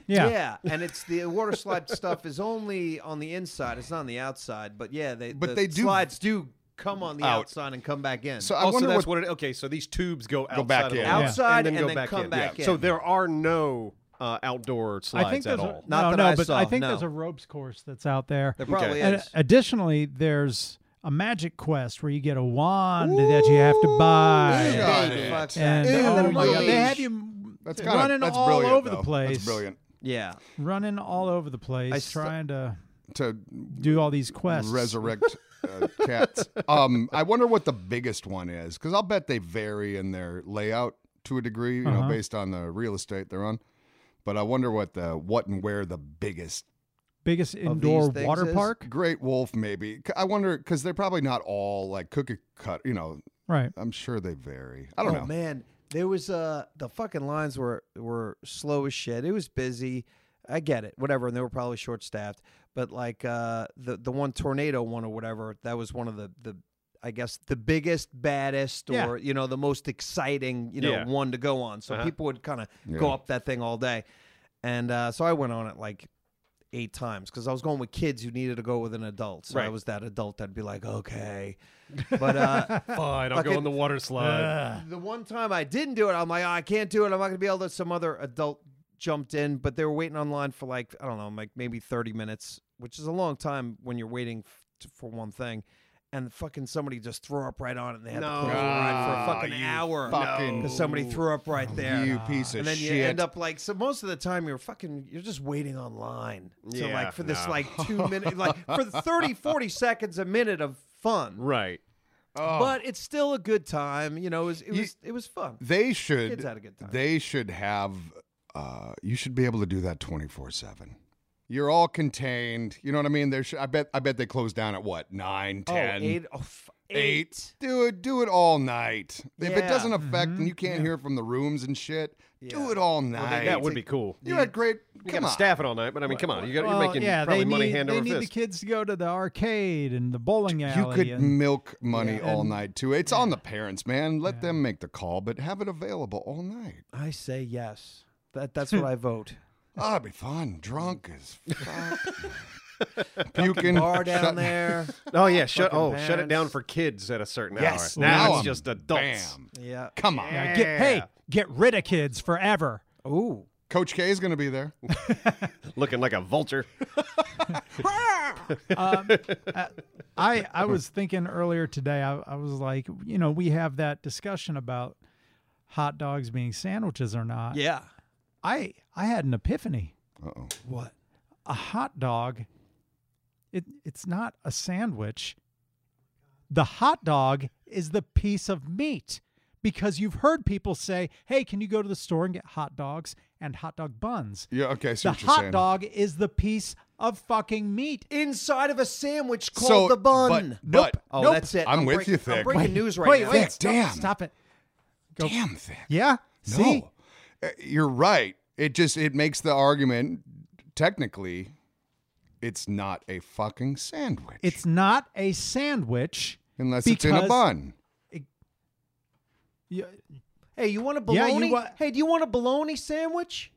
S3: Yeah.
S1: and it's the water slide stuff is only on the inside. It's not on the outside. But yeah, they
S2: But
S1: the
S2: they do-
S1: slides do come on the
S4: Out.
S1: outside and come back in.
S2: So I
S4: oh, so
S2: wonder
S4: that's
S2: what,
S4: what, it, okay. So these tubes go, outside
S2: back
S4: of the
S2: in.
S4: lodge
S1: Outside and
S4: go
S1: then come back in.
S4: So there are no uh, outdoor slides
S3: I think
S4: at
S3: there's a,
S4: all.
S1: Not
S3: no,
S1: that
S3: no,
S1: I
S3: but
S1: saw,
S3: I think
S1: no.
S3: there's a ropes course that's out there.
S1: there probably
S4: Okay.
S3: And
S1: is.
S3: additionally, there's a magic quest where you get a wand that you have to buy.
S2: Ooh. Got it.
S1: Fuck
S3: And
S1: that.
S3: oh
S1: Ooh,
S3: my god,
S1: leash.
S3: they have you
S2: that's kinda,
S3: running
S2: that's
S3: all
S2: brilliant,
S3: over
S2: though.
S3: the place.
S2: That's brilliant
S1: Yeah,
S3: Running all over the place,
S1: I st-
S3: trying to
S2: to
S3: do all these quests.
S2: resurrect uh, cats. Um, I wonder what the biggest one is because I'll bet they vary in their layout to a degree, you know,
S3: Uh-huh.
S2: based on the real estate they're on. But I wonder what the what and where the biggest
S3: Biggest
S1: these
S3: indoor
S1: things
S3: water
S1: is-
S3: park.
S2: Great Wolf, maybe. C- I wonder because they're probably not all like cookie cut. You know,
S3: Right.
S2: I'm sure they vary. I don't
S1: oh
S2: know.
S1: man, there was uh the fucking lines were were slow as shit. It was busy. I get it, whatever, and they were probably short staffed. But like uh the the one tornado one or whatever, that was one of the the I guess the biggest, baddest,
S3: Yeah.
S1: or you know the most exciting you know
S4: Yeah.
S1: one to go on. So
S4: Uh-huh.
S1: people would kind of go
S2: Yeah.
S1: up that thing all day, and uh, so I went on it like eight times because I was going with kids who needed to go with an adult. So I
S4: Right.
S1: was that adult that'd be like, okay, but uh,
S4: Fine, I'll
S1: Fucking-
S4: go on the water slide.
S1: the one time I didn't do it, I'm like, "Oh, I can't do it. I'm not going to be able to. Some other adult jumped in, but they were waiting online for like, I don't know, like maybe 30 minutes, which is a long time when you're waiting f- to- for one thing. And fucking somebody just threw up right on it and they had to
S4: No.
S1: close the ride for a
S2: Ah,
S1: fucking
S2: you
S1: hour.
S2: fucking-
S1: Because somebody threw up right there.
S2: You piece of
S1: and then you
S2: shit.
S1: end up like so. Most of the time, you're fucking. You're just waiting online. So
S4: Yeah,
S1: like for this
S4: no.
S1: like two minute, like for 30, 40 seconds, a minute of fun.
S4: Right.
S2: Oh.
S1: But it's still a good time. You know, it was it was,
S2: You-
S1: it was fun.
S2: they should.
S1: Kids had a good time.
S2: They should have. Uh, you should be able to do that 24 seven. You're all contained. You know what I mean? There should. I bet. I bet they close down at what nine,
S1: Oh,
S2: ten.
S1: eight- oh, f-
S2: Eight.
S1: eight.
S2: Do it. Do it all night. If it
S1: Yeah.
S2: doesn't affect and you can't hear from the rooms and shit, do it all night.
S4: That would be cool.
S2: You're at great.
S4: You
S2: come
S4: got to
S2: on.
S4: staff it all night, but I mean, come on. You got, you're making
S3: yeah,
S4: probably
S3: they
S4: money
S3: need,
S4: hand
S3: they
S4: over
S3: need the
S4: fist.
S3: kids to go to the arcade and the bowling alley.
S2: You could
S3: and,
S2: milk money all
S3: and-
S2: night too. It's on the parents, man. Let them make the call, but have it available all night.
S1: I say yes. That that's what I vote.
S2: Oh, it'd be fun. Drunk as fuck. Puking.
S1: Bar down
S2: shut-
S1: there.
S4: Oh yeah, shut
S1: Fucking
S4: oh shut it down
S1: parents.
S4: for kids at a certain
S2: Yes.
S4: hour. Now, it's
S2: I'm-
S4: just adults.
S2: Bam.
S1: Yeah.
S2: Come on.
S3: Yeah, get, hey, get rid of kids forever.
S1: Ooh.
S2: Coach K is going to be there.
S4: Looking like a vulture.
S3: I
S2: uh,
S3: I was thinking earlier today. I, I was like, you know, we have that discussion about hot dogs being sandwiches or not.
S1: Yeah.
S3: I I had an epiphany.
S2: Uh oh.
S1: What?
S3: A hot dog, it it's not a sandwich. The hot dog is the piece of meat because you've heard people say, "Hey, can you go to the store and get hot dogs and hot dog buns?"
S2: Yeah. Okay. I See
S3: The
S2: what you're
S3: hot
S2: saying.
S3: dog is the piece of fucking meat.
S1: Inside of a sandwich called
S2: So,
S1: the bun.
S2: but- Nope. but-
S1: oh,
S2: nope.
S1: that's it.
S2: I'm with
S1: breaking-
S2: you, Thick.
S1: I'm breaking
S2: Wait,
S1: news right
S3: wait,
S1: now.
S3: wait,
S2: Thick,
S3: stop,
S2: damn.
S3: stop it. Go-
S2: Damn thing.
S3: Yeah.
S2: No.
S3: See?
S2: Uh, You're right. It just it makes the argument technically it's not a fucking sandwich
S3: It's not a sandwich
S2: unless it's in a
S3: because-
S2: bun.
S3: it- Yeah,
S1: Hey, you want a
S3: Yeah,
S1: bologna?
S3: you wa-
S1: hey, do you want a bologna sandwich?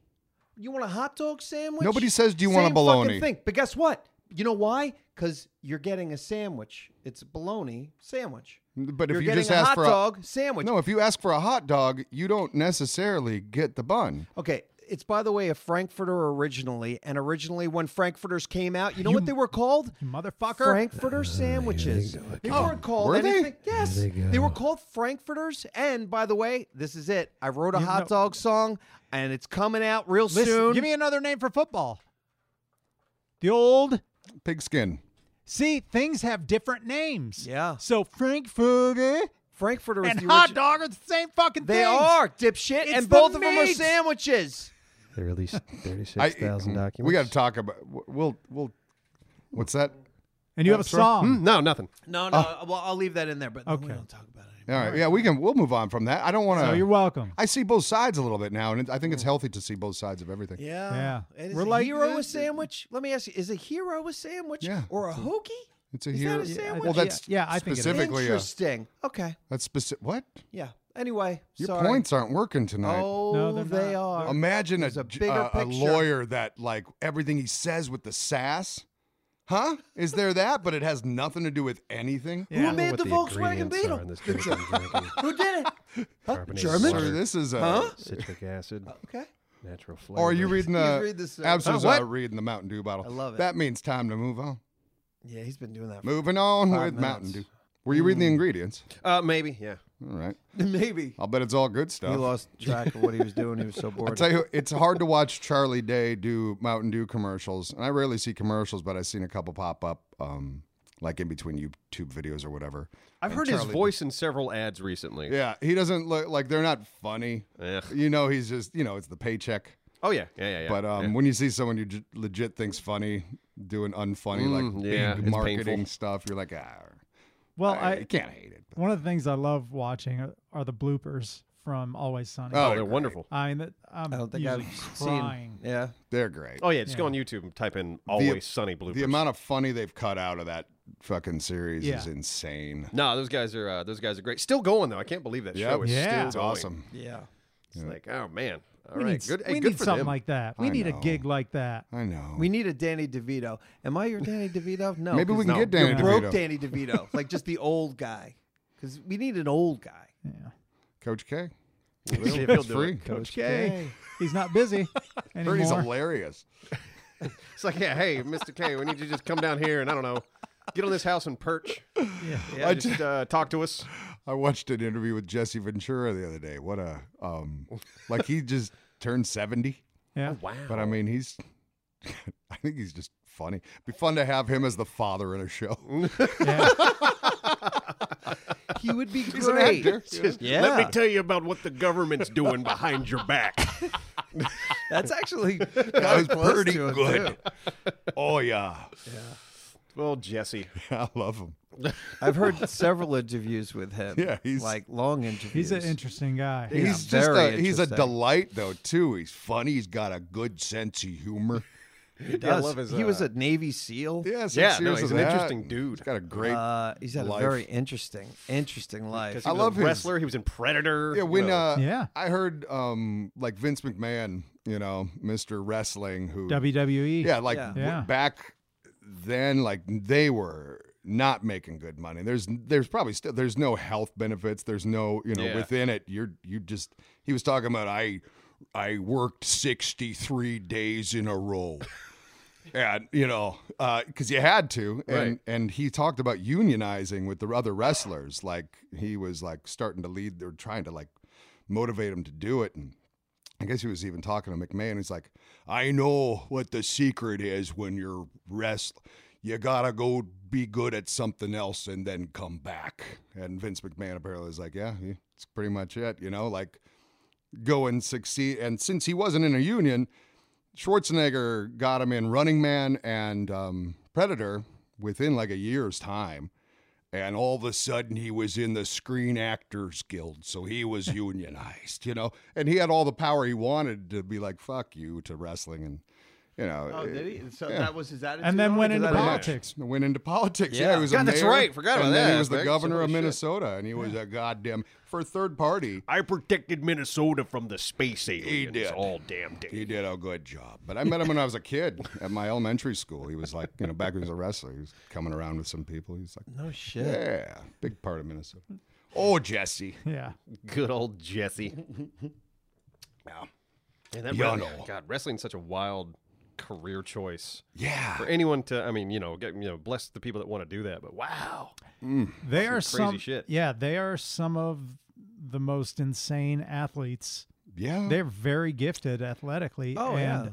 S1: You want a hot dog sandwich?
S2: Nobody says, "Do you want a
S1: Same
S2: bologna?"
S1: Fucking thing. But guess what? You know why? Because you're getting a sandwich. It's a bologna sandwich.
S2: But
S1: you're
S2: if you
S1: getting
S2: just
S1: a
S2: ask
S1: hot
S2: for
S1: dog sandwich.
S2: a no, if you ask for a hot dog, you don't necessarily get the bun.
S1: Okay. It's by the way a Frankfurter originally, and originally when Frankfurters came out, you know
S3: You-
S1: what they were called?
S3: you motherfucker.
S1: Frankfurter sandwiches. They
S3: Oh,
S1: weren't called
S2: Were they?
S1: anything. Yes, they, were called Frankfurters. And by the way, this is it. I wrote a
S3: You
S1: hot
S3: know-
S1: dog song, and it's coming out real
S3: Listen,
S1: soon.
S3: give me another name for football. The old
S2: Pigskin.
S3: see things have different names.
S1: Yeah.
S3: So Frankfurter
S1: Frankfurter was
S3: and
S1: the
S3: hot
S1: origi-
S3: dog are the same fucking
S1: They
S3: things.
S1: are dipshit,
S3: It's
S1: and
S3: the
S1: both of them are
S3: meat.
S1: sandwiches.
S4: They released
S2: I-
S4: 36,000 documents.
S2: We got to talk about. We'll we'll. What's that?
S3: And you have a
S2: Sure.
S3: song.
S4: No, nothing.
S1: No, no.
S2: Oh.
S1: well, I'll leave that in there, but no, we
S3: Okay.
S1: don't talk about it.
S2: All right. Yeah, we can. We'll move on from that. I don't want
S3: So
S2: to.
S3: you're welcome.
S2: I see both sides a little bit now, and it, I think it's healthy to see both sides of everything.
S1: Yeah,
S3: Yeah.
S1: And is
S3: We're
S1: a
S3: like-
S1: hero a sandwich? Let me ask you: Is a hero a sandwich
S2: Yeah.
S1: or a hoagie?
S2: It's a
S1: Is
S2: hero.
S1: that a sandwich?
S2: Well, that's
S3: Yeah, yeah, I think it is.
S2: specifically. a-
S1: Interesting. okay.
S2: that's specific. What?
S1: Yeah. Anyway,
S2: Your
S1: sorry.
S2: points aren't working tonight.
S1: Oh,
S3: No, they're
S1: they
S3: not.
S1: are.
S2: Imagine a,
S1: There's a
S2: j- uh,
S1: bigger
S2: a- a
S1: picture.
S2: lawyer that like everything he says with the sass. Huh? Is there that? But it has nothing to do with anything.
S3: Yeah.
S1: Who made the Volkswagen Beetle? Who did it? Huh?
S4: Carbonated
S1: German?
S2: Sir,
S4: Water.
S2: this is a.
S1: Huh?
S4: Citric acid,
S1: Okay.
S4: natural flavor.
S2: Or are you reading the?
S1: He's reading this, uh,
S2: Abso's,
S1: Huh, what?
S2: uh, reading the Mountain Dew bottle.
S1: I love it.
S2: That means time to move on.
S1: Yeah, he's been doing that. For
S2: Moving on
S1: Five
S2: with Mountain Dew.
S1: minutes. Mm.
S2: Were you reading the ingredients?
S4: Uh, maybe, yeah.
S2: All right.
S1: Maybe
S2: I'll bet it's all good stuff.
S1: he lost track of what he was doing. He was so bored.
S2: I'll tell you, it's hard to watch Charlie Day do Mountain Dew commercials, and I rarely see commercials, but I've seen a couple pop up, um, like in between YouTube videos or whatever.
S4: I've heard his voice in several ads recently.
S2: Yeah, he doesn't look like they're not funny.
S4: Ugh.
S2: You know, he's just you know, it's the paycheck.
S4: Oh yeah, yeah, yeah. yeah.
S2: But um, when you see someone you j- legit thinks funny doing unfunny like
S4: Mm, yeah,
S2: big
S4: it's
S2: marketing
S4: painful.
S2: stuff, you're like, ah,
S3: Well,
S2: I,
S3: I
S2: you can't hate it.
S3: one of the things I love watching are, are the bloopers from Always Sunny.
S2: Oh,
S4: oh, they're wonderful.
S3: I mean, that- I'm
S1: I don't think
S3: usually
S1: I've
S3: crying.
S1: seen. Yeah.
S2: They're great.
S4: Oh yeah, just go on YouTube and type in "Always Sunny" bloopers.
S2: the amount of funny they've cut out of that fucking series
S3: Yeah.
S2: is insane.
S4: no, those guys are uh, those guys are great. Still going though. I can't believe that show is
S3: Yeah.
S4: still
S2: it's
S4: going.
S2: awesome.
S1: Yeah.
S4: It's like, oh man. All right,
S3: We need,
S4: good. hey,
S3: we
S4: good
S3: need
S4: for
S3: something
S4: them.
S3: like that. We
S2: I
S3: need
S2: know.
S3: a gig like that.
S2: I know.
S1: We need a Danny DeVito. Am I your Danny DeVito? No.
S2: Maybe
S1: 'cause
S2: we can
S4: no,
S2: get Danny
S1: you
S2: DeVito.
S1: broke Danny DeVito, like just the old guy, because we need an old guy.
S3: Yeah.
S2: Coach K.
S4: See if he'll
S2: It's
S4: do
S2: free.
S4: it.
S1: Coach
S3: K. He's not busy anymore.
S2: Heard he's hilarious.
S4: It's like, yeah, hey, Mr. K, we need you to just come down here and I don't know, get on this house and perch.
S3: Yeah.
S4: Yeah, just uh, talk to us.
S2: I watched an interview with Jesse Ventura the other day. What a um like he just turned 70,
S3: Yeah.
S4: Wow.
S2: but I mean he's I think he's just funny. Be fun to have him as the father in a show.
S3: yeah.
S1: He would be
S2: He's an
S1: great.
S2: actor.
S1: Yeah.
S4: Let me tell you about what the government's doing behind your back.
S1: That's actually
S2: That
S1: kind
S2: was
S1: of close
S2: pretty
S1: to it,
S2: good.
S1: too.
S2: Oh yeah.
S4: well, Jesse.
S2: I love him.
S1: I've heard several interviews with him.
S2: Yeah, he's-
S1: like long interviews.
S3: He's an interesting guy.
S1: Yeah,
S2: he's just
S1: very
S2: a, he's a
S1: interesting.
S2: delight though too. He's funny. He's got a good sense of humor.
S1: He,
S4: Yeah, I
S1: does.
S4: love his,
S1: he was
S4: uh,
S1: a Navy SEAL.
S2: Yeah, six
S4: Yeah, no,
S2: years
S4: he's
S2: of
S4: an
S2: that,
S4: interesting
S2: and
S4: dude.
S2: He's got a great
S1: Uh, he's had
S2: life.
S1: a very interesting, interesting life.
S4: He
S2: I
S4: was
S2: love
S4: a
S2: his-
S4: wrestler. He was in Predator.
S2: Yeah, when
S4: you know.
S2: uh,
S3: Yeah.
S2: I heard um like Vince McMahon, you know, Mr. Wrestling, who
S3: WWE.
S2: yeah, like
S1: Yeah.
S2: w-
S3: Yeah.
S2: back then, like they were not making good money. There's there's probably still there's no health benefits. There's no you know
S4: Yeah.
S2: within it. You're you just he was talking about I I worked sixty three days in a row. And you know, because you had to, and
S4: Right.
S2: and he talked about unionizing with the other wrestlers. Like he was like starting to lead, they're trying to like motivate him to do it, and I guess he was even talking to McMahon. He's like, I know what the secret is when you're rest. You gotta go be good at something else and then come back. And Vince McMahon apparently is like, yeah, he- it's pretty much it. You know, like go and succeed. And since he wasn't in a union, Schwarzenegger got him in Running Man and um, Predator within like a year's time. And all of a sudden, he was in the Screen Actors Guild. So he was unionized, you know? And he had all the power he wanted to be like, fuck you to wrestling. And You know,
S5: Oh, did he? So
S2: yeah.
S5: that was his attitude.
S3: And then
S5: on it?
S3: went
S5: 'Cause
S3: into
S5: I didn't-
S2: Yeah.
S3: politics.
S2: Went into politics. Yeah,
S1: Yeah.
S2: he was a
S4: God, that's
S2: mayor,
S4: right. Forgot about
S2: and Then
S4: that
S2: he was the
S4: aspect.
S2: governor of
S4: Holy shit.
S2: Minnesota, and he was a goddamn for a third party.
S4: I protected Minnesota from the space aliens
S2: did.
S4: all damn day.
S2: He did a good job. But I met him when I was a kid at my elementary school. He was like, you know, back when he was a wrestler, he was coming around with some people. He's like,
S4: Oh,
S1: No shit.
S2: yeah, big part of Minnesota. Oh, Jesse.
S3: Yeah.
S4: Good old Jesse.
S2: Yeah.
S4: And that
S2: Yano.
S4: wrestling- God, wrestling's such a wild career choice
S2: Yeah.
S4: for anyone to. I mean, you know, get, you know, bless the people that want to do that. But wow,
S3: They are
S4: crazy
S3: some
S4: shit.
S3: Yeah, they are some of the most insane athletes.
S2: Yeah.
S3: They're very gifted athletically.
S1: Oh,
S3: and,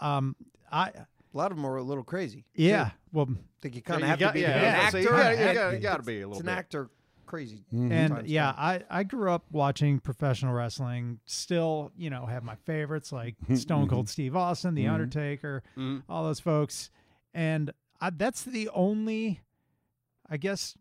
S3: yeah. Um, I
S1: A lot of them are a little crazy.
S3: yeah. Well,
S1: think you kind of
S4: You
S1: have
S4: got-
S1: to be
S4: yeah,
S1: to be
S3: yeah,
S1: an
S4: I was
S1: actor.
S4: gonna say, you gotta- you
S1: and-
S4: gotta- you gotta be a
S1: It's
S4: little
S1: an
S4: bit.
S1: actor crazy.
S2: Mm-hmm.
S3: and
S1: times
S3: yeah, I I grew up watching professional wrestling. Still, you know, have my favorites like Stone Cold Steve Austin, The Undertaker,
S4: Mhm.
S2: Mm-hmm.
S3: all those folks. And I, that's the only, I guess,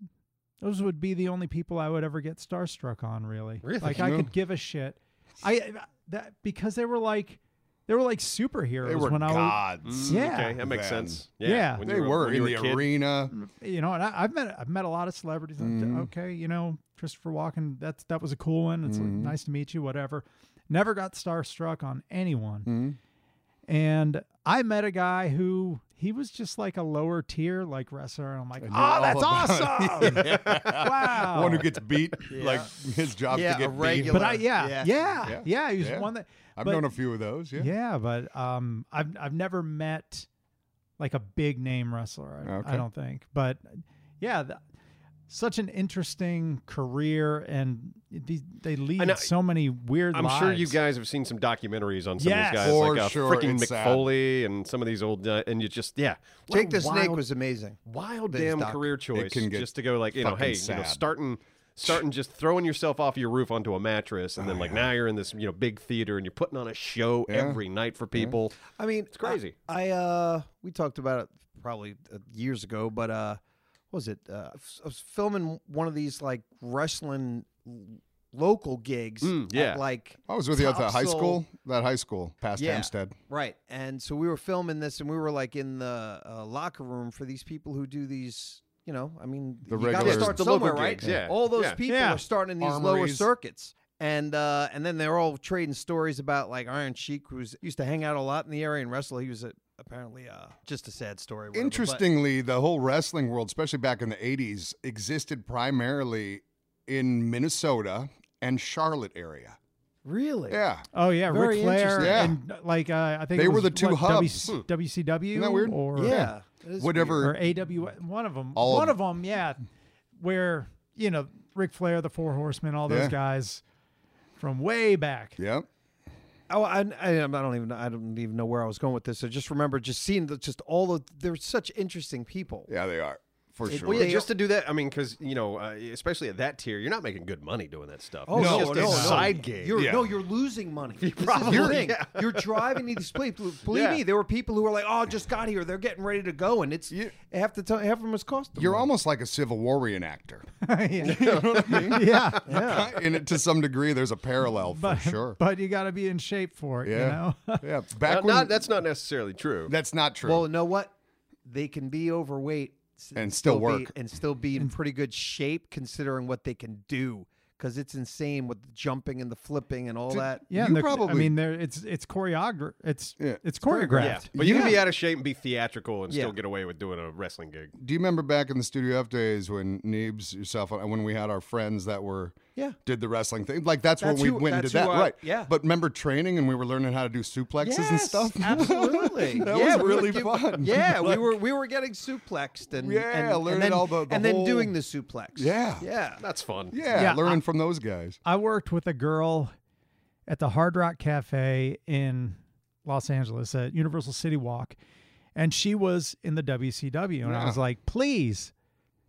S3: those would be the only people I would ever get starstruck on. Really,
S4: Really?
S3: like I
S2: Yeah.
S3: could give a shit. I that because they were like they were like superheroes
S2: They were
S3: when I was
S2: gods.
S4: Mm,
S3: Yeah.
S4: okay, that makes
S2: Then.
S4: sense.
S3: Yeah.
S4: when
S2: They
S4: you were,
S2: were
S4: when you
S2: in
S4: were a
S2: the
S4: kid.
S2: arena.
S3: you know, and I, I've met I've met a lot of celebrities. and,
S2: Mhm.
S3: Okay, you know, Christopher Walken, that's that was a cool one. It's like,
S2: Mhm.
S3: nice to meet you, whatever. Never got starstruck on anyone.
S2: Mhm.
S3: And I met a guy who he was just like a lower tier like wrestler, and I'm like,
S2: I knew
S3: oh,
S2: all
S3: that's
S2: about it."
S3: awesome! Wow.
S2: One who gets beat, like his job
S1: Yeah,
S2: to get
S1: a
S2: beat.
S1: regular.
S3: But I, yeah,
S1: Yeah.
S3: yeah, yeah,
S2: Yeah.
S3: he was
S2: Yeah.
S3: one that,
S2: I've
S3: but-
S2: known a few of those.
S3: yeah.
S2: Yeah.
S3: but um, I've I've never met like a big name wrestler. I,
S2: Okay.
S3: I don't think, but yeah, th- such an interesting career, and they, they lead
S4: know-
S3: so many weird.
S4: I'm sure you
S3: lives.
S4: guys have seen some documentaries on some
S3: Yes.
S4: of these guys,
S2: For
S4: like uh,
S2: sure,
S4: freaking
S2: it's sad.
S4: McFoley and some of these old, uh, and you just yeah. What
S1: Jake
S4: a
S1: the Snake
S4: wild-
S1: was amazing.
S4: wild
S1: days,
S4: damn
S1: Doc.
S4: career choice
S2: can get
S4: just to go like you know
S2: fucking
S4: hey you know
S2: sad.
S4: starting starting just throwing yourself off your roof onto a mattress and then
S1: Oh,
S4: like now you're in this you know big theater and you're putting on a show every night for people
S1: I mean,
S4: it's crazy
S1: I uh we talked about it probably uh, years ago, but uh what was it? Uh, I was filming one of these like wrestling l- local gigs
S4: Mm,
S1: at,
S4: yeah.
S1: like
S2: I was with you at the high
S1: Topsail-
S2: school, that high school, past
S1: Yeah.
S2: Hampstead.
S1: Right. And so we were filming this and we were like in the uh, locker room for these people who do these, you know, I mean,
S2: The
S1: you gotta
S2: regular-
S1: start
S4: The local
S1: somewhere, right?
S4: gigs, yeah.
S1: All those
S4: Yeah.
S1: people
S3: Yeah.
S1: are starting in these lower
S2: Armories.
S1: circuits. And uh, and then they're all trading stories about like Iron Sheik, who used to hang out a lot in the area and wrestle. He was a, apparently uh, just a sad story. whatever, but-
S2: Interestingly, the whole wrestling world, especially back in the 80s, existed primarily in Minnesota and Charlotte area.
S1: really?
S2: Yeah.
S3: Oh yeah,
S1: Very
S3: Ric Flair
S2: interesting. Yeah.
S3: and uh, like uh, I think
S2: They
S3: it
S2: were
S3: was,
S2: the two
S3: what,
S2: hubs.
S3: WC WCW
S2: Isn't that weird?
S3: or
S1: Yeah. That is weird.
S2: Whatever.
S3: or AW one of them
S2: All
S3: one
S2: of-
S3: of them yeah where you know Ric Flair the Four Horsemen all those
S2: Yeah.
S3: guys from way back
S2: Yep.
S1: Oh, I, I, I don't even I don't even know where I was going with this. I just remember just seeing the, just all of they're such interesting people.
S2: Yeah, they are. For sure.
S4: well yeah just to do that i mean because you know uh, especially at that tier you're not making good money doing that stuff
S1: Oh
S4: it's
S1: no,
S4: just
S1: no,
S4: a
S1: no.
S4: side game
S1: You're,
S2: Yeah.
S1: No, you're losing money. This is the
S4: Probably,
S1: thing.
S4: yeah.
S1: You're driving these people. Believe
S4: Yeah.
S1: me, there were people who were like, "Oh, just got here. They're getting ready to go," and it's
S2: You-
S1: half the time half of them is cost them.
S2: You're
S1: money.
S2: almost like a Civil War reenactor.
S3: yeah yeah,
S2: in it, to some degree, there's a parallel for
S3: but
S2: sure.
S3: but you got to be in shape for it
S2: yeah.
S3: you know
S2: yeah.
S4: Uh,
S2: Back when,
S4: not, that's not necessarily true
S2: that's not true.
S1: well. Know what? They can be overweight s-
S2: And still
S1: be-
S2: work.
S1: and still be in pretty good shape considering what they can do. Because it's insane with the jumping and the flipping and all that.
S3: yeah
S2: You
S3: and they're-
S2: probably-
S3: I mean there it's it's choreographed it's
S2: Yeah.
S3: it's choreographed
S4: yeah but you can
S2: Yeah.
S4: be out of shape and be theatrical and
S1: Yeah.
S4: still get away with doing a wrestling gig
S2: do you remember back in the Studio F days when Neebs, yourself, and when we had our friends that were
S1: Yeah.
S2: did the wrestling thing? Like that's,
S1: That's
S2: when we
S1: who-
S2: went and did
S1: that's
S2: that,
S1: who I-
S2: right?
S1: yeah.
S2: But remember training and we were learning how to do suplexes and stuff.
S1: Absolutely.
S2: That
S1: yeah,
S2: was
S1: we were
S2: really
S1: giv-
S2: fun.
S1: Yeah, we were we were getting suplexed and
S2: Yeah,
S1: and, and
S2: learning
S1: then,
S2: all the- the
S1: and then
S2: whole-
S1: doing the suplex.
S2: Yeah.
S1: yeah.
S4: that's fun
S2: Yeah,
S3: Yeah,
S2: learning from those guys.
S3: I worked with a girl at the Hard Rock Cafe in Los Angeles at Universal City Walk, and she was in the WCW, and I was
S2: Yeah.
S3: like, please.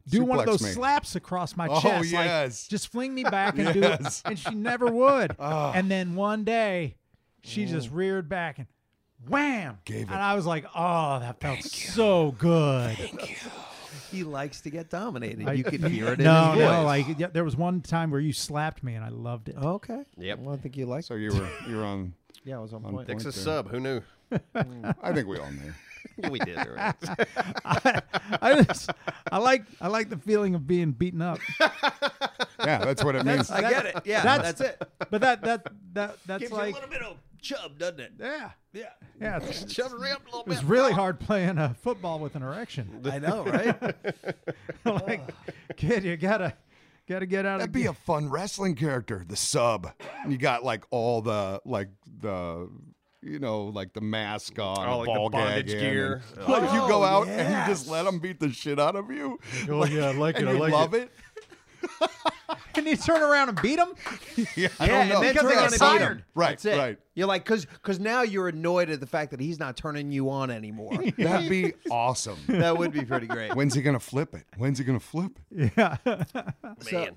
S3: Do one of
S2: Suplex
S3: those
S2: me."
S3: slaps across my
S2: Oh,
S3: chest. like,
S2: yes.
S3: just fling me back and do it. And she never would.
S1: Ah.
S3: And then one day, she
S1: Mm.
S3: just reared back and wham.
S2: Gave it.
S3: And I was like, oh, that felt so good.
S1: He likes to get dominated.
S3: I-
S1: you could hear it
S3: no,
S1: in his voice.
S3: no. Like, yeah, there was one time where you slapped me and I loved it.
S1: okay.
S4: Yep.
S1: Well, I think you like.
S2: So you were you were on
S1: Yeah, I was on
S2: On
S1: point.
S2: point.
S4: Dick's a
S2: there.
S4: sub. Who knew?
S2: I think we all knew.
S4: we did. all right.
S3: I, I just, I like, I like the feeling of being beaten up.
S2: Yeah, that's what it means.
S1: I get it. Yeah,
S3: That's-
S1: that's, it.
S3: But that, that, that, that's
S1: Gives you a
S3: like,
S1: little bit of chub, doesn't it?
S3: yeah,
S1: Yeah.
S3: yeah. It's,
S4: Shove it right up a little
S3: it was
S4: bit.
S3: really hard playing uh, football with an erection.
S1: I know, right?
S3: like, kid, you gotta, gotta get out
S2: That'd
S3: of.
S2: be
S3: gear.
S2: a fun wrestling character, the sub. And you got like all the like the you know like the mask on,
S4: Oh,
S2: a
S4: like the
S2: ball gag
S4: bondage
S2: in,
S4: gear.
S2: and- like you go
S1: Oh,
S2: out and you
S1: yes.
S2: just let them beat the shit out of you.
S3: Oh, yeah, I like
S2: and
S3: it, I
S2: you
S3: like
S2: love it.
S3: Can you turn around and beat him?
S2: Yeah, I
S1: yeah,
S2: don't know.
S1: and then
S3: Because
S1: Oh, turn
S3: they
S1: on
S3: get
S1: and beat
S3: tired.
S1: him.
S2: Right,
S1: That's it.
S2: right.
S1: You're like, because now you're annoyed at the fact that he's not turning you on anymore.
S2: That'd be awesome.
S1: that would be pretty great.
S2: When's he gonna flip it? When's he gonna flip it?
S1: So,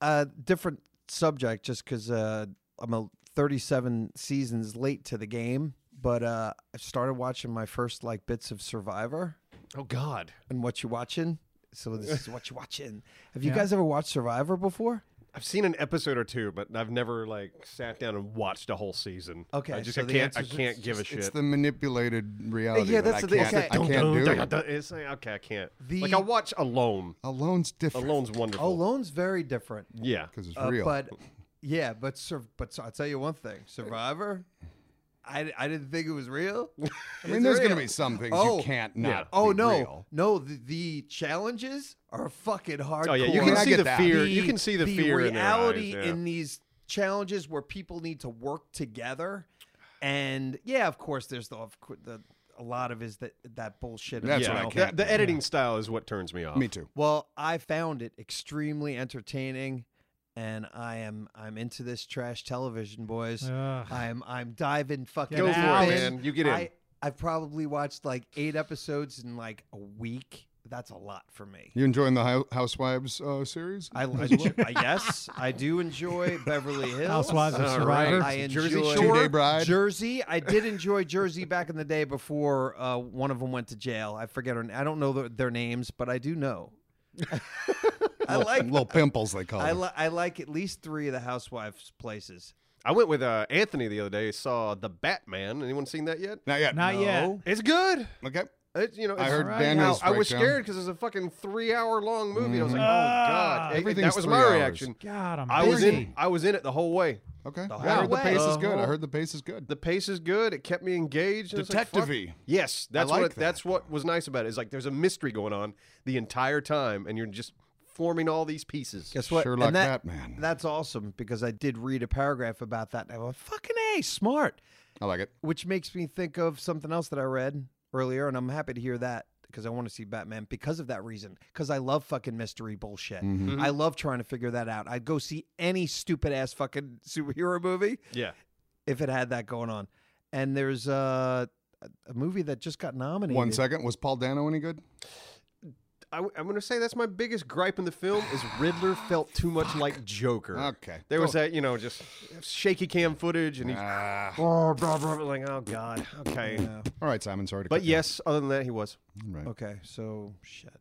S1: uh, different subject, just because uh, I'm a 37 seasons late to the game, but uh, I started watching my first like bits of Survivor
S4: Oh God.
S1: and what you watching. So this is what you watching. Have you
S3: Yeah.
S1: guys ever watched Survivor before?
S4: I've seen an episode or two, but I've never like sat down and watched a whole season.
S1: Okay,
S4: I just
S1: so
S4: I
S1: the
S4: can't I
S1: answer's
S4: can't give a shit.
S2: It's the manipulated reality.
S1: Yeah,
S2: that
S1: that's
S2: I
S1: the thing.
S2: can't,
S1: Okay.
S2: I can't do it.
S4: It's like, okay, I can't.
S1: The-
S4: like I watch Alone.
S2: Alone's different.
S4: Alone's wonderful.
S1: Alone's very different.
S4: Yeah.
S2: because it's
S1: Uh,
S2: real.
S1: But yeah, but sur- but so- I'll tell you one thing: Survivor. I, I didn't think it was real.
S2: I mean, there's gonna be some things
S1: Oh,
S2: you can't not.
S4: yeah.
S1: Oh
S2: be
S1: no,
S2: real.
S1: no! The, the challenges are fucking hard.
S4: Oh yeah, you can
S2: I
S4: see
S2: get
S4: the
S2: that.
S4: fear. you can see the, fear
S1: reality
S4: in their eyes. yeah.
S1: these challenges where people need to work together, and yeah, of course, there's the, of cour- the a lot of is that that bullshit. of, you
S2: That's
S4: yeah,
S2: what I
S1: know,
S4: the-
S2: can't
S4: The,
S2: do.
S4: editing style is what turns me off.
S2: Me too.
S1: Well, I found it extremely entertaining, and I am I'm into this trash television, boys.
S3: Ugh.
S1: I'm I'm diving fucking.
S3: Go for it,
S1: out.
S4: man. You get in.
S1: I, I've probably watched like eight episodes in like a week. That's a lot for me.
S2: You enjoying the Hou- Housewives uh, series?
S1: I, I, enjoy, I yes, I do enjoy Beverly Hills.
S3: Housewives of
S4: All
S3: Survivor.
S4: right.
S1: I enjoy
S4: Jersey
S1: Jersey
S4: Shore.
S2: Two-Day Bride.
S1: Jersey. I did enjoy Jersey back in the day before uh, one of them went to jail. I forget her. I don't know the, their names, but I do know. I like
S2: little pimples they call
S1: I,
S2: it.
S1: li- I like at least three of the housewives' places.
S4: I went with uh, Anthony the other day. Saw the Batman. Anyone seen that yet?
S2: Not yet.
S3: Not yet.
S4: It's good.
S2: Okay.
S4: It's you know.
S2: I
S4: it's-
S2: heard
S3: right.
S4: Now,
S2: Daniel's
S4: I was
S2: breakdown.
S4: scared because it's a fucking three-hour-long movie. I was like, oh
S3: Ah,
S4: god, It- it-
S2: everything's
S4: that was
S2: three
S4: my
S2: hours.
S4: reaction.
S3: God, I'm
S4: I was
S3: busy.
S4: in. I was in it the whole way.
S2: Okay.
S1: The
S2: I heard the
S1: highway.
S2: pace is good. I
S1: Uh-huh.
S2: heard the pace is good.
S4: The pace is good. It kept me engaged. and it's like, fuck.
S2: Detective-y.
S4: yes, that's
S2: I like
S4: what.
S2: that.
S4: That's what was nice about it. Is like there's a mystery going on the entire time, and you're just forming all these pieces.
S1: Guess what?
S2: Sherlock
S1: And that-
S2: Batman.
S1: That's awesome because I did read a paragraph about that. And I went, fucking A, smart.
S2: I like it.
S1: Which makes me think of something else that I read earlier, and I'm happy to hear that because I want to see Batman because of that reason. Because I love fucking mystery bullshit. I love trying to figure that out. I'd go see any stupid ass fucking superhero movie
S4: Yeah.
S1: if it had that going on. And there's uh, a movie that just got nominated.
S2: One second. Was Paul Dano any good?
S4: I, am going to say that's my biggest gripe in the film is Riddler felt too much like Joker.
S2: Okay.
S4: There was that, you know, just shaky cam footage and he's
S2: Ah.
S4: blah, blah, blah, like, oh, God. Okay.
S2: all right, Simon. Sorry to
S4: But
S2: cut you off.
S4: yes, other than that, he was.
S2: Right.
S1: Okay, so shit.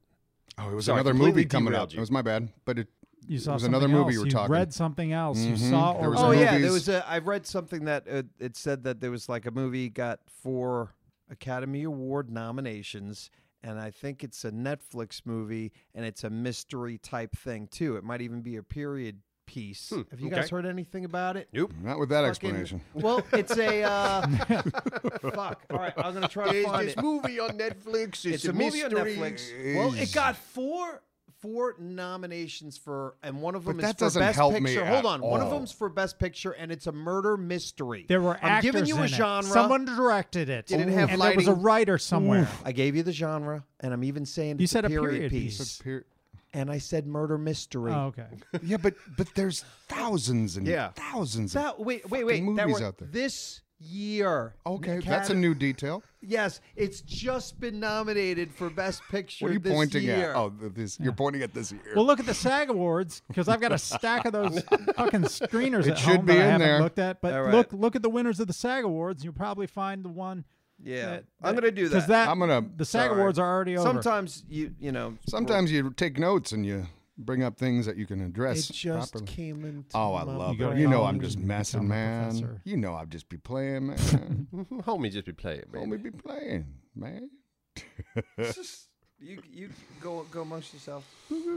S2: Oh, it was
S4: Sorry,
S2: another
S4: completely
S2: movie coming
S4: derailed
S2: up.
S4: you.
S2: It was my bad. But it,
S3: You saw
S2: was
S3: something
S2: another movie
S3: else.
S2: you were
S3: you
S2: talking.
S3: read something else. You
S2: Mhm.
S3: saw
S2: There
S3: or
S2: was
S1: Oh
S2: a
S1: yeah, there
S2: movies.
S1: was a. I read something that uh, it said that there was like a movie got four Academy Award nominations, and I think it's a Netflix movie, and it's a mystery type thing too. It might even be a period piece. Have you guys
S4: okay.
S1: heard anything about it?
S2: not with that
S1: Fucking-
S2: Hmm, explanation.
S1: Well, it's a uh, fuck. All right, I'm gonna try to find it.
S4: movie on Netflix. It's,
S1: It's a movie on Netflix. Well, it got four four nominations for, and one of
S2: But
S1: them is
S2: that
S1: for
S2: doesn't
S1: best
S2: help me
S1: picture.
S2: at
S1: Hold on, one of
S2: all.
S1: them's for best picture, and it's a murder mystery.
S3: There were
S1: I'm
S3: actors
S1: giving you
S3: in
S1: a
S3: it.
S1: genre.
S3: Someone directed it.
S1: Did it have
S3: and there was a
S1: lighting?
S3: writer somewhere.
S1: I gave you the genre, and I'm even saying
S3: You
S1: it's
S3: said
S1: a
S3: a
S1: period,
S3: period
S1: piece,
S3: piece.
S2: Per-
S1: and I said murder mystery.
S3: Oh, okay.
S2: yeah, but but there's thousands and
S4: Yeah.
S2: thousands. of-
S1: That wait, wait,
S2: Fucking
S1: wait. that
S2: movies
S1: were
S2: out there.
S1: This year.
S2: okay,
S1: Acad-
S2: that's a new detail.
S1: Yes, it's just been nominated for best picture.
S2: What are you
S1: this
S2: pointing
S1: year.
S2: at? Oh, th- this. You're pointing at this year.
S3: Well, look at the SAG awards because I've got a stack of those fucking screeners
S2: It
S3: at
S2: should
S3: home
S2: be
S3: that I
S2: in
S3: haven't
S2: there.
S3: looked at. But
S1: All right.
S3: look, look at the winners of the SAG awards. You'll probably find the one.
S1: yeah,
S3: that-
S1: I'm
S3: that-
S1: gonna do
S3: 'cause
S1: that.
S2: I'm gonna.
S3: The SAG
S1: Sorry.
S3: awards are already over.
S1: Sometimes you you know
S2: Sometimes you take notes and you bring up things that you can address
S1: It just
S2: properly.
S1: came into
S2: Oh, I
S1: my
S2: love
S3: You
S2: it.
S3: go
S2: You know
S3: college
S2: I'm just
S3: and you
S2: messing,
S3: become a
S2: man.
S3: professor.
S2: You know I'd just be playing, man.
S4: Homie, Mm-hmm. just be playing, man.
S2: Don't we be playing, man.
S1: You you go go amongst yourself.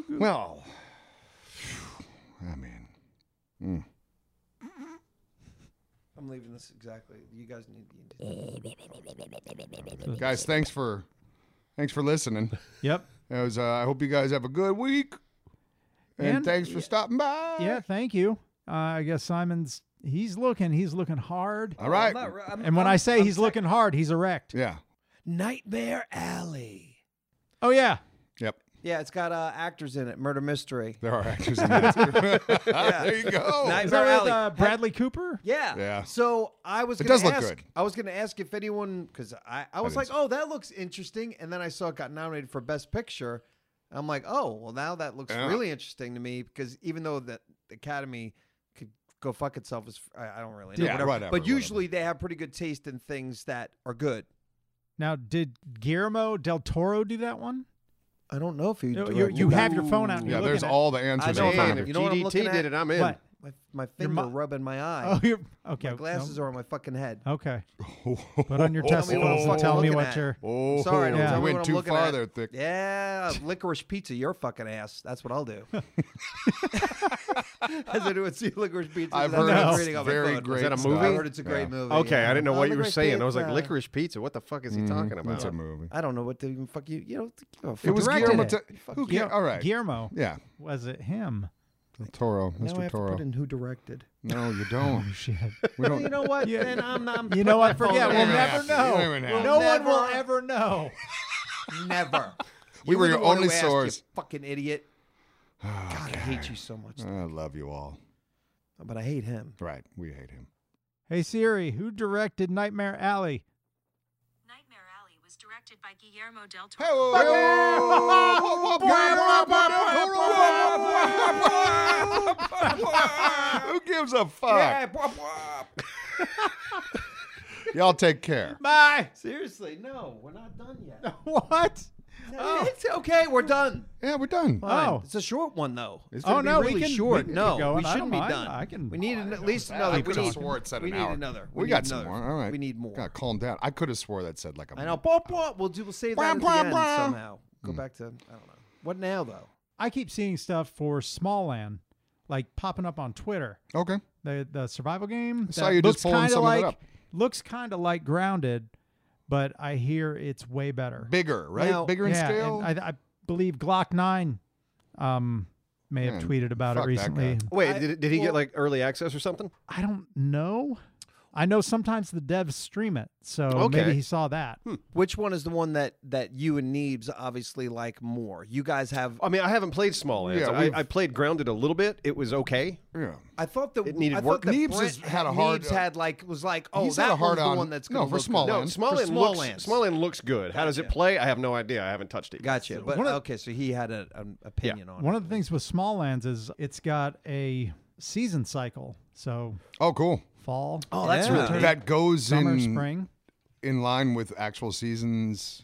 S2: Well, I mean,
S1: I'm leaving this exactly. You guys need. You need
S2: guys, thanks for thanks for listening.
S3: Yep.
S2: It was, uh, I hope you guys have a good week, and,
S3: And-
S2: thanks for stopping by.
S3: Yeah. Thank you. Uh, I guess Simon's. He's looking. He's looking hard.
S2: All right.
S3: And when i say he's looking hard, he's erect.
S2: yeah.
S1: Nightmare Alley.
S3: Oh yeah.
S2: Yep.
S1: Yeah, it's got uh, actors in it. Murder mystery.
S2: There are actors in this group. there you go.
S1: Nice.
S3: Is that
S1: Nightmare
S3: with
S1: Alley.
S3: uh, Bradley Cooper?
S1: Yeah.
S2: Yeah.
S1: So I was.
S2: It
S1: Gonna
S2: does look
S1: ask,
S2: good.
S1: I was going to ask if anyone, because I, I was
S2: didn't
S1: like,
S2: see
S1: oh, that looks interesting, and then I saw it got nominated for Best Picture. I'm like, oh, well, now that looks
S2: Yeah.
S1: really interesting to me because even though the the Academy could go fuck itself, as I, I don't really know,
S2: Yeah,
S1: whatever.
S2: whatever,
S1: but
S2: whatever.
S1: usually they have pretty good taste in things that are good.
S3: Now, did Guillermo del Toro do that one?
S1: I don't know if you
S3: No,
S1: do
S3: you-
S1: it.
S3: you have your phone out and
S2: Yeah,
S3: you're
S2: there's
S3: looking at-
S2: all the answers.
S1: I
S2: in
S1: know,
S2: front
S4: Man,
S2: of
S1: man.
S4: if
S2: you.
S1: You know what I'm
S4: GDT
S1: looking at?
S4: did it, I'm in.
S3: What?
S1: my, my finger
S3: mu-
S1: rubbing my eye.
S3: Oh, you're okay.
S1: my glasses are on my fucking head.
S3: are okay. Put on your
S1: me what I'm
S3: testicles and
S1: fucking
S3: tell me
S1: looking
S3: what
S1: at.
S3: your.
S2: Oh,
S1: I'm sorry, don't
S3: Yeah.
S1: tell
S2: you
S1: me
S2: went
S1: what I'm
S2: too
S1: looking
S2: far
S1: at.
S2: there, thick.
S1: Yeah, licorice pizza, your fucking ass. That's what I'll do. As I do with see licorice pizza.
S2: I've
S1: that's
S2: heard
S1: what I'm
S2: it's
S1: reading on my
S2: very
S1: phone.
S2: great.
S4: Is that a
S2: stuff.
S4: movie?
S1: I heard it's a great
S2: Yeah.
S1: movie.
S4: Okay, I didn't know
S1: Uh,
S4: what you were
S1: licorice
S4: saying. I was like,
S1: pizza.
S4: licorice pizza. What the fuck is he talking about?
S2: It's a movie.
S1: I don't know what to even fuck you. You know, give a fuck.
S2: It was
S3: directed
S2: Guillermo.
S3: it.
S2: Te- who
S3: Guil-
S2: Guil- all right.
S3: Guillermo.
S2: yeah.
S3: Was it him?
S2: Toro.
S1: Now I
S2: Mr.
S1: have to
S2: Toro.
S1: put in who directed.
S2: No, you don't.
S3: Shit.
S2: We Oh, don't.
S1: You know what?
S3: Yeah.
S1: Then I'm not.
S3: You know what?
S1: my phone
S3: Forget.
S1: down.
S3: We'll
S2: You don't
S3: never
S2: have to. You don't even have
S3: know.
S2: to.
S3: No one will
S1: Never.
S3: ever know.
S1: Never.
S2: We
S1: You
S2: were
S1: the
S2: your
S1: one who
S2: only
S1: asked, you
S2: source. Ah,
S1: fucking idiot.
S2: Oh,
S1: God, I hate you so much.
S2: I love you all.
S1: But I hate him.
S2: Right. We hate him.
S3: Hey Siri, who directed Nightmare Alley?
S5: Nightmare Alley was directed by Guillermo del Toro.
S1: oh, oh,
S2: Who gives a fuck? Y'all take care.
S3: Bye.
S1: Seriously, no, we're not done yet.
S3: What?
S1: It's
S2: Oh.
S1: okay, we're done.
S2: Yeah, we're done.
S3: Fine. Oh.
S1: It's a short one though. It's
S3: Oh,
S1: gonna be
S3: no, we
S1: really
S3: can- we
S1: short.
S3: can
S1: no,
S3: keep going.
S1: we
S3: I
S1: shouldn't
S3: don't
S1: be
S3: mind.
S1: done.
S3: I can-
S1: we need an- at least another.
S2: I
S1: we
S2: could have
S1: need,
S2: swore it said
S1: we
S2: an
S1: need
S2: hour.
S1: another.
S2: We,
S1: need
S2: got some
S1: another.
S2: more. All right.
S1: We need more.
S2: God, calm down. I could have swore that said like a
S1: I know. Blah, blah. We'll do. We'll save that at the
S2: Blah, blah,
S1: end
S2: blah.
S1: somehow. Go back to I don't know. What now though?
S3: I keep seeing stuff for Smallland, like popping up on Twitter.
S2: Okay.
S3: The the survival game.
S2: saw
S3: that
S2: you just
S3: looks
S2: pulling
S3: kinda
S2: some of it
S3: like
S2: up.
S3: looks kind of like Grounded, but I hear it's way better.
S2: Bigger, right?
S1: Now-
S2: Bigger in
S3: yeah,
S2: scale?
S3: and I, I believe Glock Nine, um, may have
S2: Man,
S3: tweeted about it
S2: Hmm, fuck that
S3: recently.
S2: guy.
S4: Wait, did, did he get like early access or something?
S3: I don't know. I know sometimes the devs stream it, so maybe
S4: Okay.
S3: he saw that.
S2: Hmm.
S1: Which one is the one that that you and Neebs obviously like more? You guys have.
S4: I mean, I haven't played Small Ants.
S2: Yeah, we've-
S4: I, I played Grounded a little bit. It was okay.
S2: yeah.
S1: I thought that
S4: It needed
S1: I thought
S4: work.
S1: That
S2: Neebs
S1: Brent
S2: has had a hard-
S1: Neebs had like was like oh
S2: He's
S1: that
S2: had a
S1: one's
S2: hard
S1: the
S2: on-
S1: one that's
S2: no,
S1: gonna
S2: for
S1: look
S2: Small
S1: good.
S4: No,
S2: Ants.
S4: Small
S1: For
S4: Ants
S1: Small
S4: looks
S1: Ants.
S4: Small Ant looks good. How does it play? I have no idea. I haven't touched it. yet.
S1: Gotcha. But
S3: one of-
S1: okay, so he had a, an opinion on
S3: One
S1: it.
S3: of the things with Smalllands is it's got a season cycle, so
S2: Oh, cool.
S3: fall.
S1: Oh, that's
S3: yeah.
S1: really
S3: winter,
S1: Take
S2: That goes
S3: summer,
S2: in
S3: spring.
S2: in line with actual seasons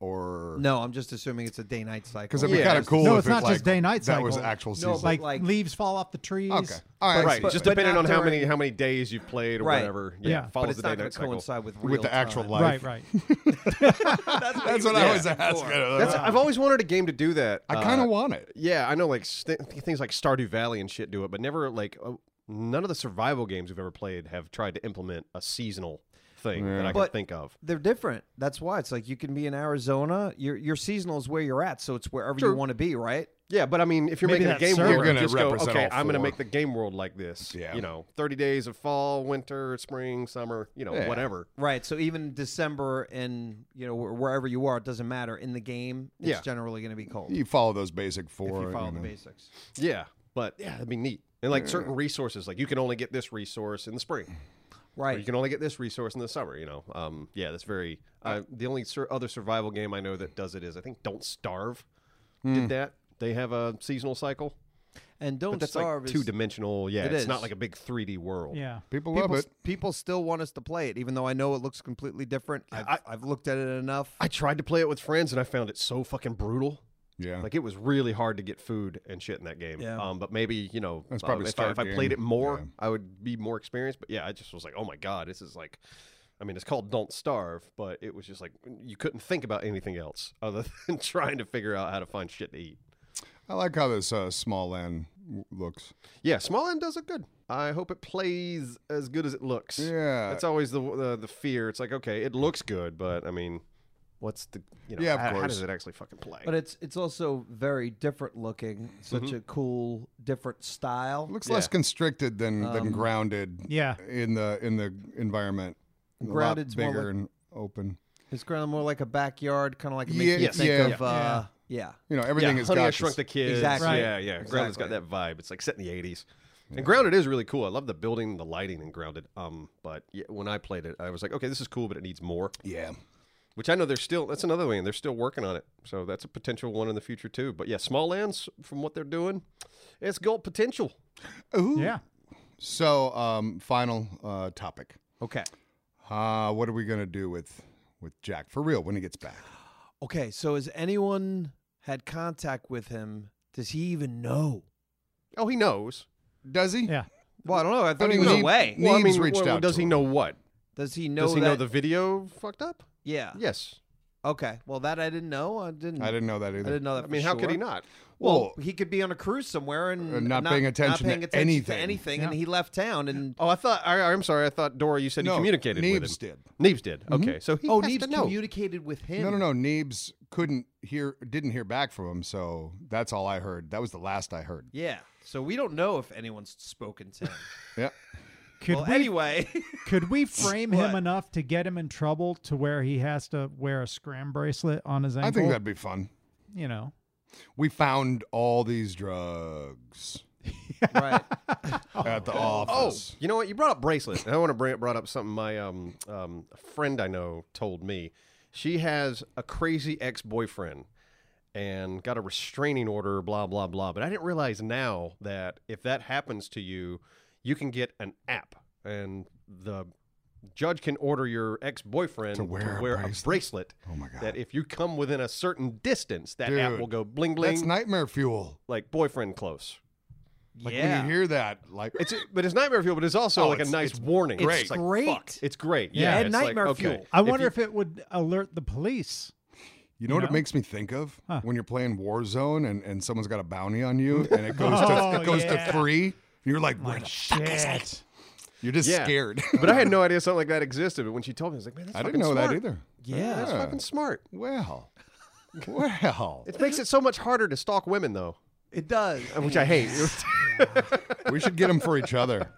S2: or
S1: No, I'm just assuming it's a day night cycle.
S2: because it'd be
S4: Yeah,
S2: kind of
S4: it's-
S2: cool
S3: No,
S2: if
S3: it's
S2: it,
S3: not just
S2: like,
S3: day-night
S2: that was
S3: cycle.
S2: actual
S1: No,
S2: season
S1: but
S3: Like,
S1: like-
S3: leaves fall off the trees.
S2: okay all right,
S4: Right,
S2: but-
S4: just
S1: but
S4: depending
S1: not
S4: on how many
S1: during-
S4: how many days you played or
S1: Right.
S4: whatever. Yeah,
S3: Yeah.
S1: but
S4: follows
S1: it's
S4: the
S1: not
S4: day
S1: going
S4: night
S1: to
S4: cycle.
S1: coincide with
S2: with
S1: real
S2: the actual
S1: time.
S2: life
S3: Right, right.
S2: that's what i
S4: Yeah.
S2: was asking
S4: That's
S2: That's-
S4: I've always wanted a game to do that.
S2: i kind of
S4: Uh,
S2: want it
S4: yeah, I know like st- things like Stardew Valley and shit do it, but never like uh, none of the survival games we've ever played have tried to implement a seasonal thing that I can
S1: But-
S4: think of.
S1: They're different. That's why it's like you can be in Arizona. Your your seasonal is where you're at, so it's wherever you
S4: True.
S1: want to be, right?
S4: Yeah, but I mean, if you're
S3: Maybe
S4: making
S3: that
S4: a game
S3: server- You're
S4: world,
S2: gonna
S4: just go,
S2: represent
S4: okay,
S2: all
S4: I'm going to
S2: four.
S4: make the game world like this.
S2: Yeah.
S4: You know, 30 days of fall, winter, spring, summer, you know,
S2: Yeah.
S4: whatever.
S1: Right. So even December and you know wh- wherever you are, it doesn't matter. In the game, it's
S4: Yeah.
S1: generally going to be cold
S2: you follow those basic
S1: if
S2: four
S1: you follow
S2: you
S1: the
S2: know.
S1: basics.
S4: Yeah. But yeah, that'd be neat. And like certain resources, like you can only get this resource in the spring. Or
S1: Right.
S4: you can only get this resource in the summer, you know. Um, yeah, that's very. Uh, the only sur- other survival game I know that does it is I think Don't Starve did that. They have a seasonal cycle.
S1: and Hmm. don't
S4: But that's
S1: starve.
S4: like
S1: is-
S4: two dimensional. Yeah,
S1: It
S4: it's
S1: is.
S4: not like a big 3D world.
S3: yeah.
S2: people love
S1: people,
S2: it
S1: people still want us to play it, even though I know it looks completely different. I've, I, have i have looked at it enough.
S4: I tried to play it with friends and I found it so fucking brutal.
S2: Yeah.
S4: Like it was really hard to get food and shit in that game.
S1: Yeah.
S4: Um, but maybe you know,
S2: That's
S4: uh,
S2: probably
S4: if, I,
S2: start
S4: if I
S2: game.
S4: played it more,
S2: Yeah.
S4: I would be more experienced. But yeah, I just was like, oh my god, this is like, I mean, it's called Don't Starve, but it was just like you couldn't think about anything else other than trying to figure out how to find shit to eat.
S2: I like how this uh, small land w- looks.
S4: Yeah, Smallland does it good. I hope it plays as good as it looks.
S2: Yeah.
S4: that's always the the, the fear. It's like okay, it looks good, but I mean, what's the you know?
S2: Yeah, of
S4: how, how
S2: course.
S4: does it actually fucking play?
S1: But it's it's also very different looking. Such
S4: Mm-hmm.
S1: a cool, different style.
S2: It looks less
S4: Yeah.
S2: constricted than, than grounded.
S3: Yeah.
S2: In the in the environment. A lot
S1: Grounded's more
S2: bigger
S1: like-
S2: and open.
S1: It's kind of more like a backyard, kind of like it makes
S2: Yeah,
S1: you
S2: yes.
S1: think
S2: yeah.
S1: of. Uh, yeah.
S2: You know,
S4: yeah,
S2: everything is
S4: Honey,
S2: got
S4: I Shrunk
S2: this-
S4: the Kids.
S1: Exactly.
S3: Right.
S4: Yeah, yeah. Grounded's got
S1: Exactly.
S4: that vibe. It's like set in the '80s. And Grounded is really cool. I love the building, the lighting, and Grounded. Um, but yeah, when I played it, I was like, okay, this is cool, but it needs more.
S2: Yeah.
S4: Which I know they're still. That's another thing. They're still working on it, so that's a potential one in the future too. But yeah, Small Lands, from what they're doing, it's got potential.
S2: Ooh.
S3: Yeah.
S2: So, um, final uh, topic.
S1: Okay.
S2: Uh, what are we gonna do with with Jack for real when he gets back?
S1: Okay. So has anyone had contact with him? Does he even know?
S4: Oh, he knows.
S2: Does he?
S3: Yeah.
S1: Well, I don't know. I thought
S2: I
S1: he
S2: mean,
S1: was
S2: he-
S1: away.
S2: Neves
S4: well, I mean,
S2: reached
S4: well,
S2: out
S4: Does
S2: to
S4: he
S2: him.
S4: know what?
S1: Does he know?
S4: does he
S1: that,
S4: know Uh, the video fucked up?
S1: Yeah.
S4: Yes.
S1: Okay. Well, that I didn't know. I didn't.
S2: I didn't know that
S1: I
S2: either.
S1: didn't know that.
S4: I
S1: for
S4: mean, how could
S1: sure.
S4: he not?
S1: Well,
S2: Well-
S1: he could be on a cruise somewhere and,
S2: And not paying attention
S1: paying
S2: to
S1: attention
S2: anything.
S1: anything, and
S3: Yeah.
S1: he left town. And
S4: Oh, I thought. I, I'm sorry. I thought Dora. You said
S2: No,
S4: he communicated with him.
S2: Neves did.
S4: Neves did. Mm-hmm. Okay, so he
S1: oh,
S4: has to
S1: Neves
S4: know.
S1: communicated with him.
S2: No, no, no. Neebs couldn't hear, didn't hear back from him, so that's all I heard. That was the last I heard.
S1: Yeah. So we don't know if anyone's spoken to him.
S2: Yeah.
S3: Could
S1: well,
S3: we
S1: anyway,
S3: could we frame
S1: What?
S3: him enough to get him in trouble to where he has to wear a scram bracelet on his ankle?
S2: I think that'd be fun.
S3: you know.
S2: We found all these drugs
S1: right.
S2: at the
S4: Oh,
S2: office.
S4: you know what? You brought up bracelets. and I want to bring brought up something my um um friend I know told me. She has a crazy ex boyfriend and got a restraining order. Blah blah blah. But I didn't realize now that if that happens to you, you can get an app, and the judge can order your ex boyfriend
S2: To wear a
S4: bracelet.
S2: bracelet? Oh, my God.
S4: That if you come within a certain distance, that app
S2: Dude,
S4: will go bling bling,
S2: That's nightmare fuel.
S4: like boyfriend close.
S2: Like
S1: yeah.
S2: when you hear that, like
S4: It's but it's nightmare fuel, but it's also
S2: Oh,
S4: like
S2: it's-
S4: a nice
S2: it's
S4: warning.
S1: great.
S4: It's like,
S1: Great.
S4: fuck, It's great.
S3: Yeah,
S4: Yeah,
S1: and
S4: it's like,
S1: nightmare
S4: okay.
S1: fuel.
S3: I wonder
S4: you-
S3: if, it would alert the police.
S2: you know what
S3: know?
S2: it makes me think of
S3: Huh.
S2: when you're playing Warzone and, and someone's got a bounty on you and it goes to
S3: Oh,
S2: it goes
S3: yeah.
S2: to free. And you're like, where the fuck is it?
S3: Shit.
S2: You're just
S4: Yeah.
S2: scared.
S4: but I had no idea something like that existed. But when she told me, I was like, man, that's
S2: I
S4: fucking
S2: didn't know
S4: smart.
S2: that either.
S1: Yeah.
S4: That's
S2: Yeah.
S4: fucking smart.
S2: Well, well,
S4: It makes it so much harder to stalk women, though,
S1: It does.
S4: which I hate.
S2: we should get them for each other.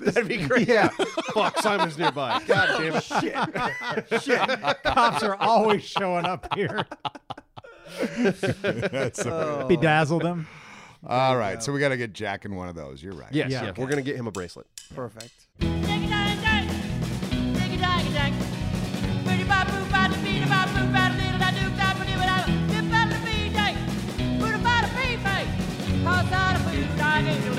S4: That'd be great. Yeah. Fuck, Simon's nearby. God damn it. Shit.
S3: Cops are always showing up here.
S2: That's all right.
S3: Bedazzle them.
S2: All right, so we got to get Jack in one of those. You're right.
S4: Yes.
S3: Yeah.
S4: Yeah.
S3: Okay.
S4: We're gonna get him a bracelet.
S1: Perfect.
S6: Bye.